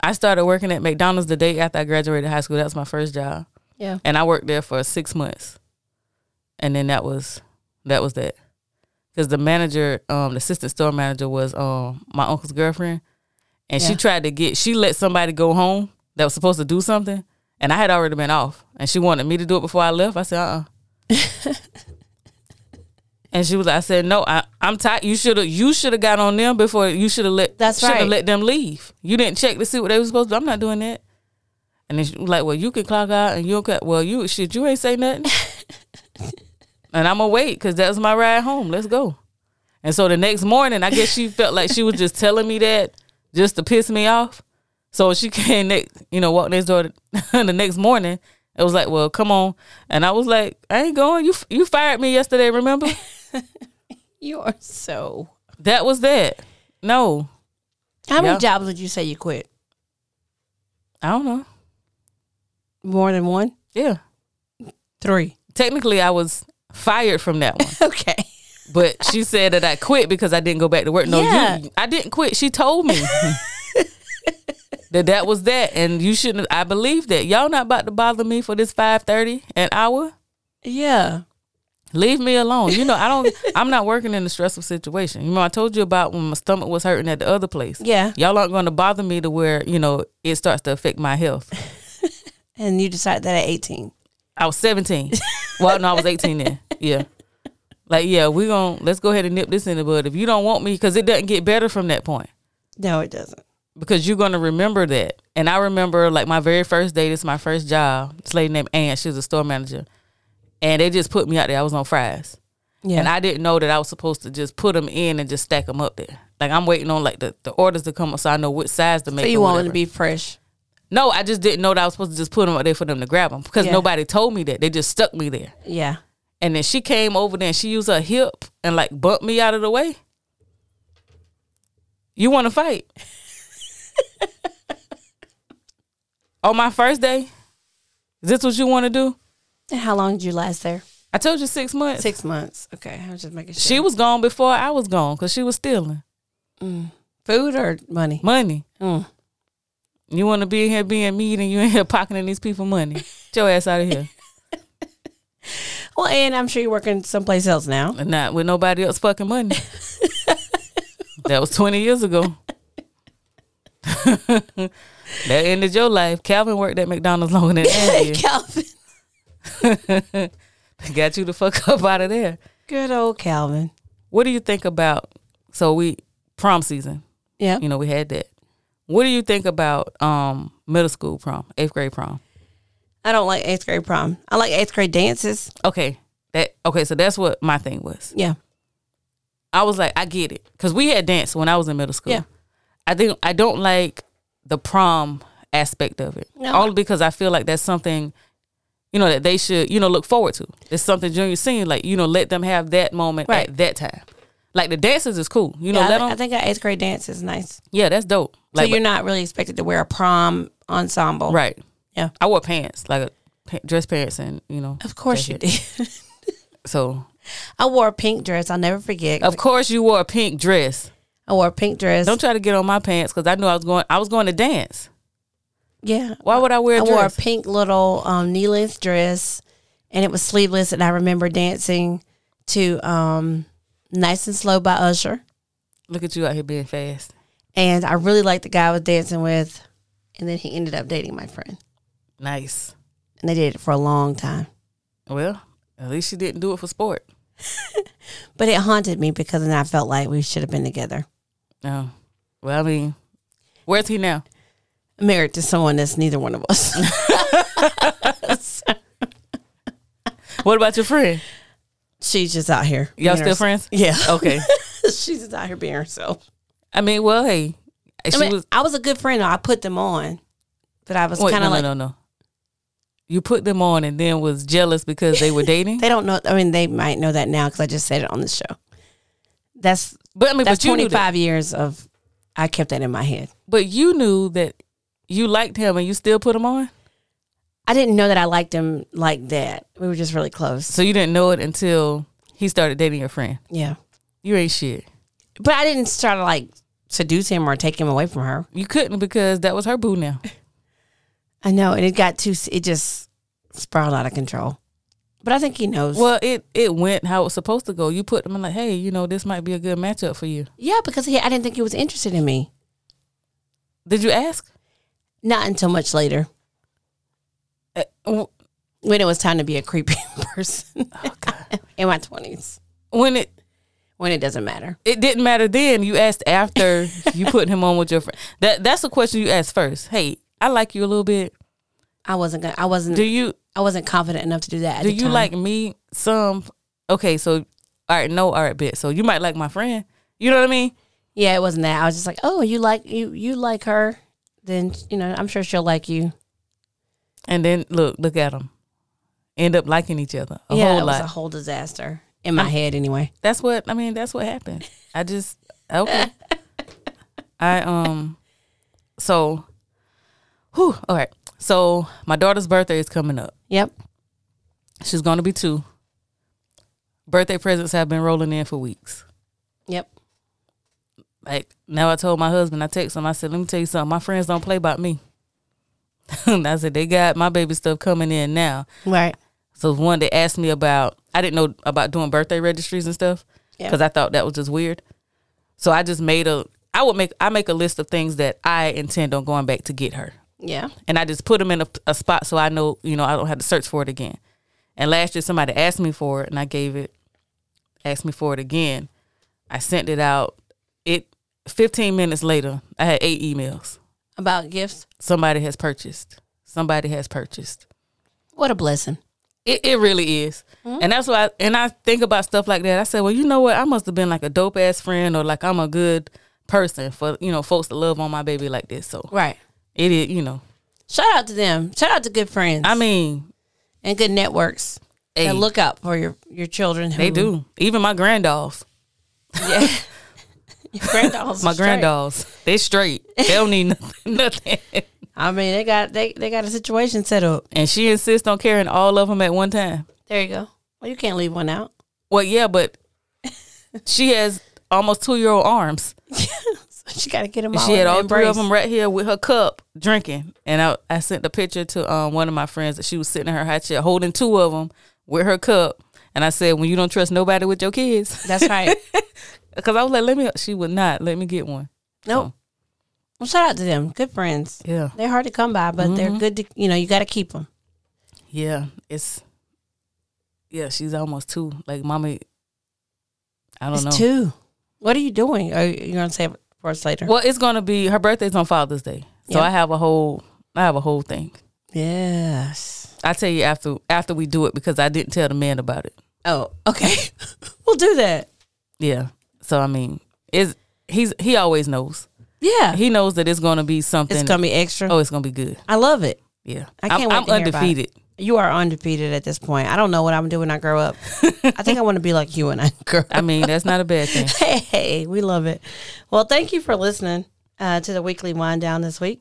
S2: I started working at McDonald's the day after I graduated high school. That was my first job.
S1: Yeah.
S2: And I worked there for six months. And then that was that was that. Because the manager, um, the assistant store manager was um my uncle's girlfriend. And she
S1: Yeah.
S2: tried to get she let somebody go home that was supposed to do something. And I had already been off. And she wanted me to do it before I left. I said, uh uh
S1: (laughs)
S2: And she was like, I said, no, I, I'm tired. You should have you should have got on them before you should have let
S1: That's
S2: shoulda
S1: right.
S2: let them leave. You didn't check to see what they were supposed to do. I'm not doing that. And then she was like, well, you can clock out and you'll cut. Well, you shit, you ain't say nothing.
S1: (laughs)
S2: and I'm gonna wait because that was my ride home. Let's go. And so the next morning, I guess she felt like she was just telling me that just to piss me off. So she (laughs) came next, you know, walked next door (laughs) the next morning. It was like, well, come on. And I was like, I ain't going. You you fired me yesterday. Remember?
S1: You are so.
S2: that was that. No,
S1: How many
S2: Yeah.
S1: jobs would you say you quit?
S2: I don't know.
S1: More than one?
S2: Yeah,
S1: Three. (laughs)
S2: technically, I was fired from that one.
S1: Okay.
S2: But she said that I quit because I didn't go back to work. No,
S1: Yeah.
S2: you, I didn't quit. She told me that that was that, and you shouldn't. I believe that y'all not about to bother me for this five thirty an hour.
S1: Yeah.
S2: Leave me alone. You know I don't. (laughs) I'm not working in a stressful situation. You know I told you about when my stomach was hurting at the other place.
S1: Yeah.
S2: Y'all aren't going to bother me to where you know it starts to affect my health.
S1: And you decide that at 18.
S2: I was 17. well, no, I was 18 then. Yeah. Like, yeah, we going to let's go ahead and nip this in the bud. If you don't want me, because it doesn't get better from that point,
S1: No, it doesn't.
S2: because you're going to remember that. And I remember, like, my very first day, this is my first job. This lady named Ann, she was a store manager. And they just put me out there. I was on fries.
S1: Yeah.
S2: And I didn't know that I was supposed to just put them in and just stack them up there. Like, I'm waiting on, like, the, the orders to come up so I know which size to make.
S1: so you
S2: or
S1: want it
S2: whatever.
S1: to be fresh.
S2: No, I just didn't know that I was supposed to just put them out there for them to grab them because
S1: Yeah.
S2: nobody told me that. They just stuck me there.
S1: Yeah.
S2: And then she came over there and she used her hip and like bumped me out of the way. You want to fight? (laughs) On my first day, is this what you want to do?
S1: And how long did you last there?
S2: I told you six months.
S1: Six months. Okay. I was just making sure.
S2: She was gone before I was gone because she was stealing
S1: Food or money?
S2: money.
S1: Mm.
S2: You want to be here being mean and you in here pocketing these people money. Get your ass out of here.
S1: Well, and I'm sure you're working someplace else now.
S2: (laughs) And not with nobody else fucking money. that was 20 years ago. (laughs) that ended your life. Calvin worked at McDonald's longer than
S1: (laughs)
S2: Ann
S1: Calvin.
S2: did. Got you the fuck up out of there.
S1: Good old Calvin.
S2: What do you think about? So we prom season.
S1: Yeah.
S2: You know we had that. What do you think about um middle school prom, eighth grade prom?
S1: I don't like eighth grade prom. I like eighth grade dances.
S2: Okay, that okay. So that's what my thing was.
S1: Yeah.
S2: I was like, I get it, because we had dance when I was in middle school.
S1: Yeah.
S2: I think I don't like the prom aspect of it,
S1: No.
S2: only because I feel like that's something, you know, that they should, you know, look forward to. It's something junior senior, like you know, let them have that moment
S1: Right.
S2: at that time. Like the dances is cool, you know,
S1: yeah I,
S2: let
S1: thi-
S2: them.
S1: I think an eighth grade dance is nice.
S2: yeah, that's dope. Like
S1: so you're not really expected to wear a prom ensemble.
S2: right.
S1: Yeah.
S2: I wore pants, like a pa- dress pants, and you know,
S1: Of course you
S2: jacket.
S1: did.
S2: So
S1: I wore a pink dress. I'll never forget.
S2: of course you wore a pink dress.
S1: I wore a pink dress.
S2: Don't try to get on my pants because I knew I was going. I was going to dance.
S1: Yeah.
S2: Why would I wear a
S1: I
S2: dress?
S1: wore a pink little um, knee length dress, and it was sleeveless. And I remember dancing to um, "Nice and Slow" by Usher,
S2: Look at you out here being fast.
S1: and I really liked the guy I was dancing with. And then he ended up dating my friend,
S2: Nice.
S1: and they did it for a long time.
S2: Well, at least you didn't do it for sport.
S1: But it haunted me because then I felt like we should have been together,
S2: No. Um, Well, I mean, where's he now?
S1: married to someone that's neither one of us. (laughs)
S2: What about your friend?
S1: She's just out here. being
S2: Y'all still
S1: herself.
S2: friends?
S1: Yeah, (laughs)
S2: Okay.
S1: she's just out here being herself.
S2: I mean, well, hey, she
S1: I mean,
S2: was.
S1: I was a good friend. though. I put them on, but I was
S2: Wait,
S1: kind
S2: no,
S1: of like
S2: no, no, no. You put them on and then was jealous because
S1: (laughs)
S2: they were dating.
S1: they don't know. I mean, they might know that now because I just said it on the show. That's
S2: but I mean,
S1: that's
S2: but you knew
S1: twenty
S2: that.
S1: five years of. I kept that in my head.
S2: But you knew that you liked him and you still put him on.
S1: I didn't know that I liked him like that. We were just really close.
S2: So you didn't know it until he started dating your friend.
S1: Yeah,
S2: You ain't shit.
S1: but I didn't try to like seduce him or take him away from her.
S2: You couldn't because that was her boo now.
S1: I know, and it got too. It just spiraled out of control. But I think he knows.
S2: Well, it it went how it was supposed to go. You put them in like, hey, you know, this might be a good matchup for you.
S1: yeah, because he, I didn't think he was interested in me.
S2: Did you ask?
S1: Not until much later
S2: Uh, w-
S1: when it was time to be a creepy (laughs) person
S2: oh, God.
S1: in my twenties.
S2: when it
S1: When it doesn't matter.
S2: it didn't matter then. You asked after
S1: (laughs)
S2: you put him on with your friend. That that's the question you asked first. Hey, I like you a little bit.
S1: I wasn't. Gonna, I wasn't.
S2: Do you
S1: I wasn't confident enough to do that. At
S2: do
S1: the
S2: you
S1: time.
S2: like me? Some okay. So all right, no, all right, bit. So you might like my friend. You know what I mean?
S1: Yeah, it wasn't that. I was just like, oh, you like you you like her, then you know I'm sure she'll like you.
S2: And then look, look at them. End up liking each other a
S1: yeah,
S2: whole
S1: it
S2: lot.
S1: was a whole disaster in my head anyway.
S2: that's what I mean. That's what happened. I just okay. I um, so, whew, all right. So my daughter's birthday is coming up.
S1: Yep.
S2: She's going to be two. Birthday presents have been rolling in for weeks.
S1: Yep.
S2: Like now, I told my husband. I text him. I said, "Let me tell you something. My friends don't play about me." (laughs) And I said, "They got my baby stuff coming in now."
S1: Right.
S2: So one, they asked me about. I didn't know about doing birthday registries and stuff.
S1: Yeah.
S2: because I thought that was just weird. So I just made a I would make I make a list of things that I intend on going back to get her,
S1: yeah.
S2: and I just put them in a, a spot so I know you know I don't have to search for it again. And last year somebody asked me for it, and I gave it. Asked me for it again. I sent it out. It fifteen minutes later, I had eight emails.
S1: About gifts.
S2: Somebody has purchased. Somebody has purchased.
S1: What a blessing.
S2: It, it really is.
S1: Mm-hmm.
S2: And that's why, and I think about stuff like that. I said, well, you know what? I must have been like a dope ass friend or like I'm a good person for, you know, folks to love on my baby like this. So
S1: Right.
S2: it is, you know,
S1: Shout out to them. Shout out to good friends.
S2: I mean,
S1: and good networks.
S2: Hey.
S1: That look out for your your children. Who,
S2: they do. Even my granddaughters,
S1: Yeah. your (laughs) granddaughters.
S2: my
S1: are straight.
S2: granddaughters, they straight. They don't need (laughs) nothing. nothing.
S1: I mean, they got they they got a situation set up.
S2: And she insists on carrying all of them at one time.
S1: There you go. Well, you can't leave one out. (laughs)
S2: Well, yeah, but she has almost two year old arms.
S1: So she got to get them all.
S2: She had
S1: in the
S2: all three
S1: embrace.
S2: of them right here with her cup drinking. And I, I sent the picture to um, one of my friends that she was sitting in her high chair holding two of them with her cup. And I said, when you don't trust nobody with your kids, (laughs)
S1: That's right.
S2: because I was like, let me, she would not let me get one.
S1: (laughs) Nope.
S2: Oh.
S1: Well, shout out to them. Good friends.
S2: Yeah.
S1: They're hard to come by, but
S2: Mm-hmm.
S1: they're good to, you know, you got to keep them.
S2: Yeah. It's, yeah, she's almost two. Like, mommy, I don't
S1: It's
S2: know.
S1: two. What are you doing? Are you going to say it for us later?
S2: Well, it's going to be, her birthday's on Father's Day. So
S1: Yeah.
S2: I have a whole, I have a whole thing.
S1: Yes.
S2: I tell you after after we do it because I didn't tell the man about it.
S1: Oh, okay. (laughs) we'll do that.
S2: Yeah. So I mean, is he's he always knows.
S1: Yeah.
S2: He knows that it's gonna be something.
S1: it's going to be extra.
S2: oh, it's gonna be good.
S1: I love it.
S2: Yeah.
S1: I can't
S2: am
S1: wait
S2: I'm
S1: to hear about it.
S2: undefeated.
S1: You are undefeated at this point. I don't know what I'm going to do when I
S2: (laughs)
S1: grow up. I think I want to be like you when I (laughs) grow up.
S2: I mean, that's not a
S1: (laughs)
S2: bad thing.
S1: Hey, we love it. Well, thank you for listening uh, to the weekly wind down this week,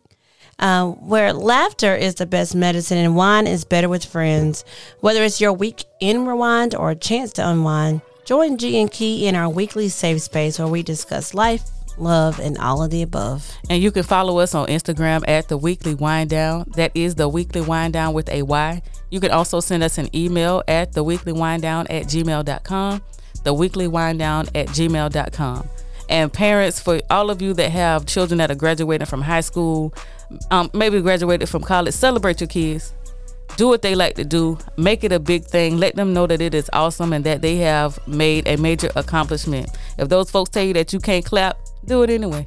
S1: uh, where laughter is the best medicine and wine is better with friends. Whether it's your week in rewind or a chance to unwind, join G and Key in our weekly safe space where we discuss life, love, and all of the above.
S2: And you can follow us on Instagram at the weekly wind down. That is the weekly wind down with a Y. You can also send us an email at the weekly wind down at gmail.com. The weekly wind down at gmail.com. And parents, for all of you that have children that are graduating from high school, um, maybe graduated from college, celebrate your kids. Do what they like to do. Make it a big thing. Let them know that it is awesome and that they have made a major accomplishment. If those folks tell you that you can't clap, do it anyway.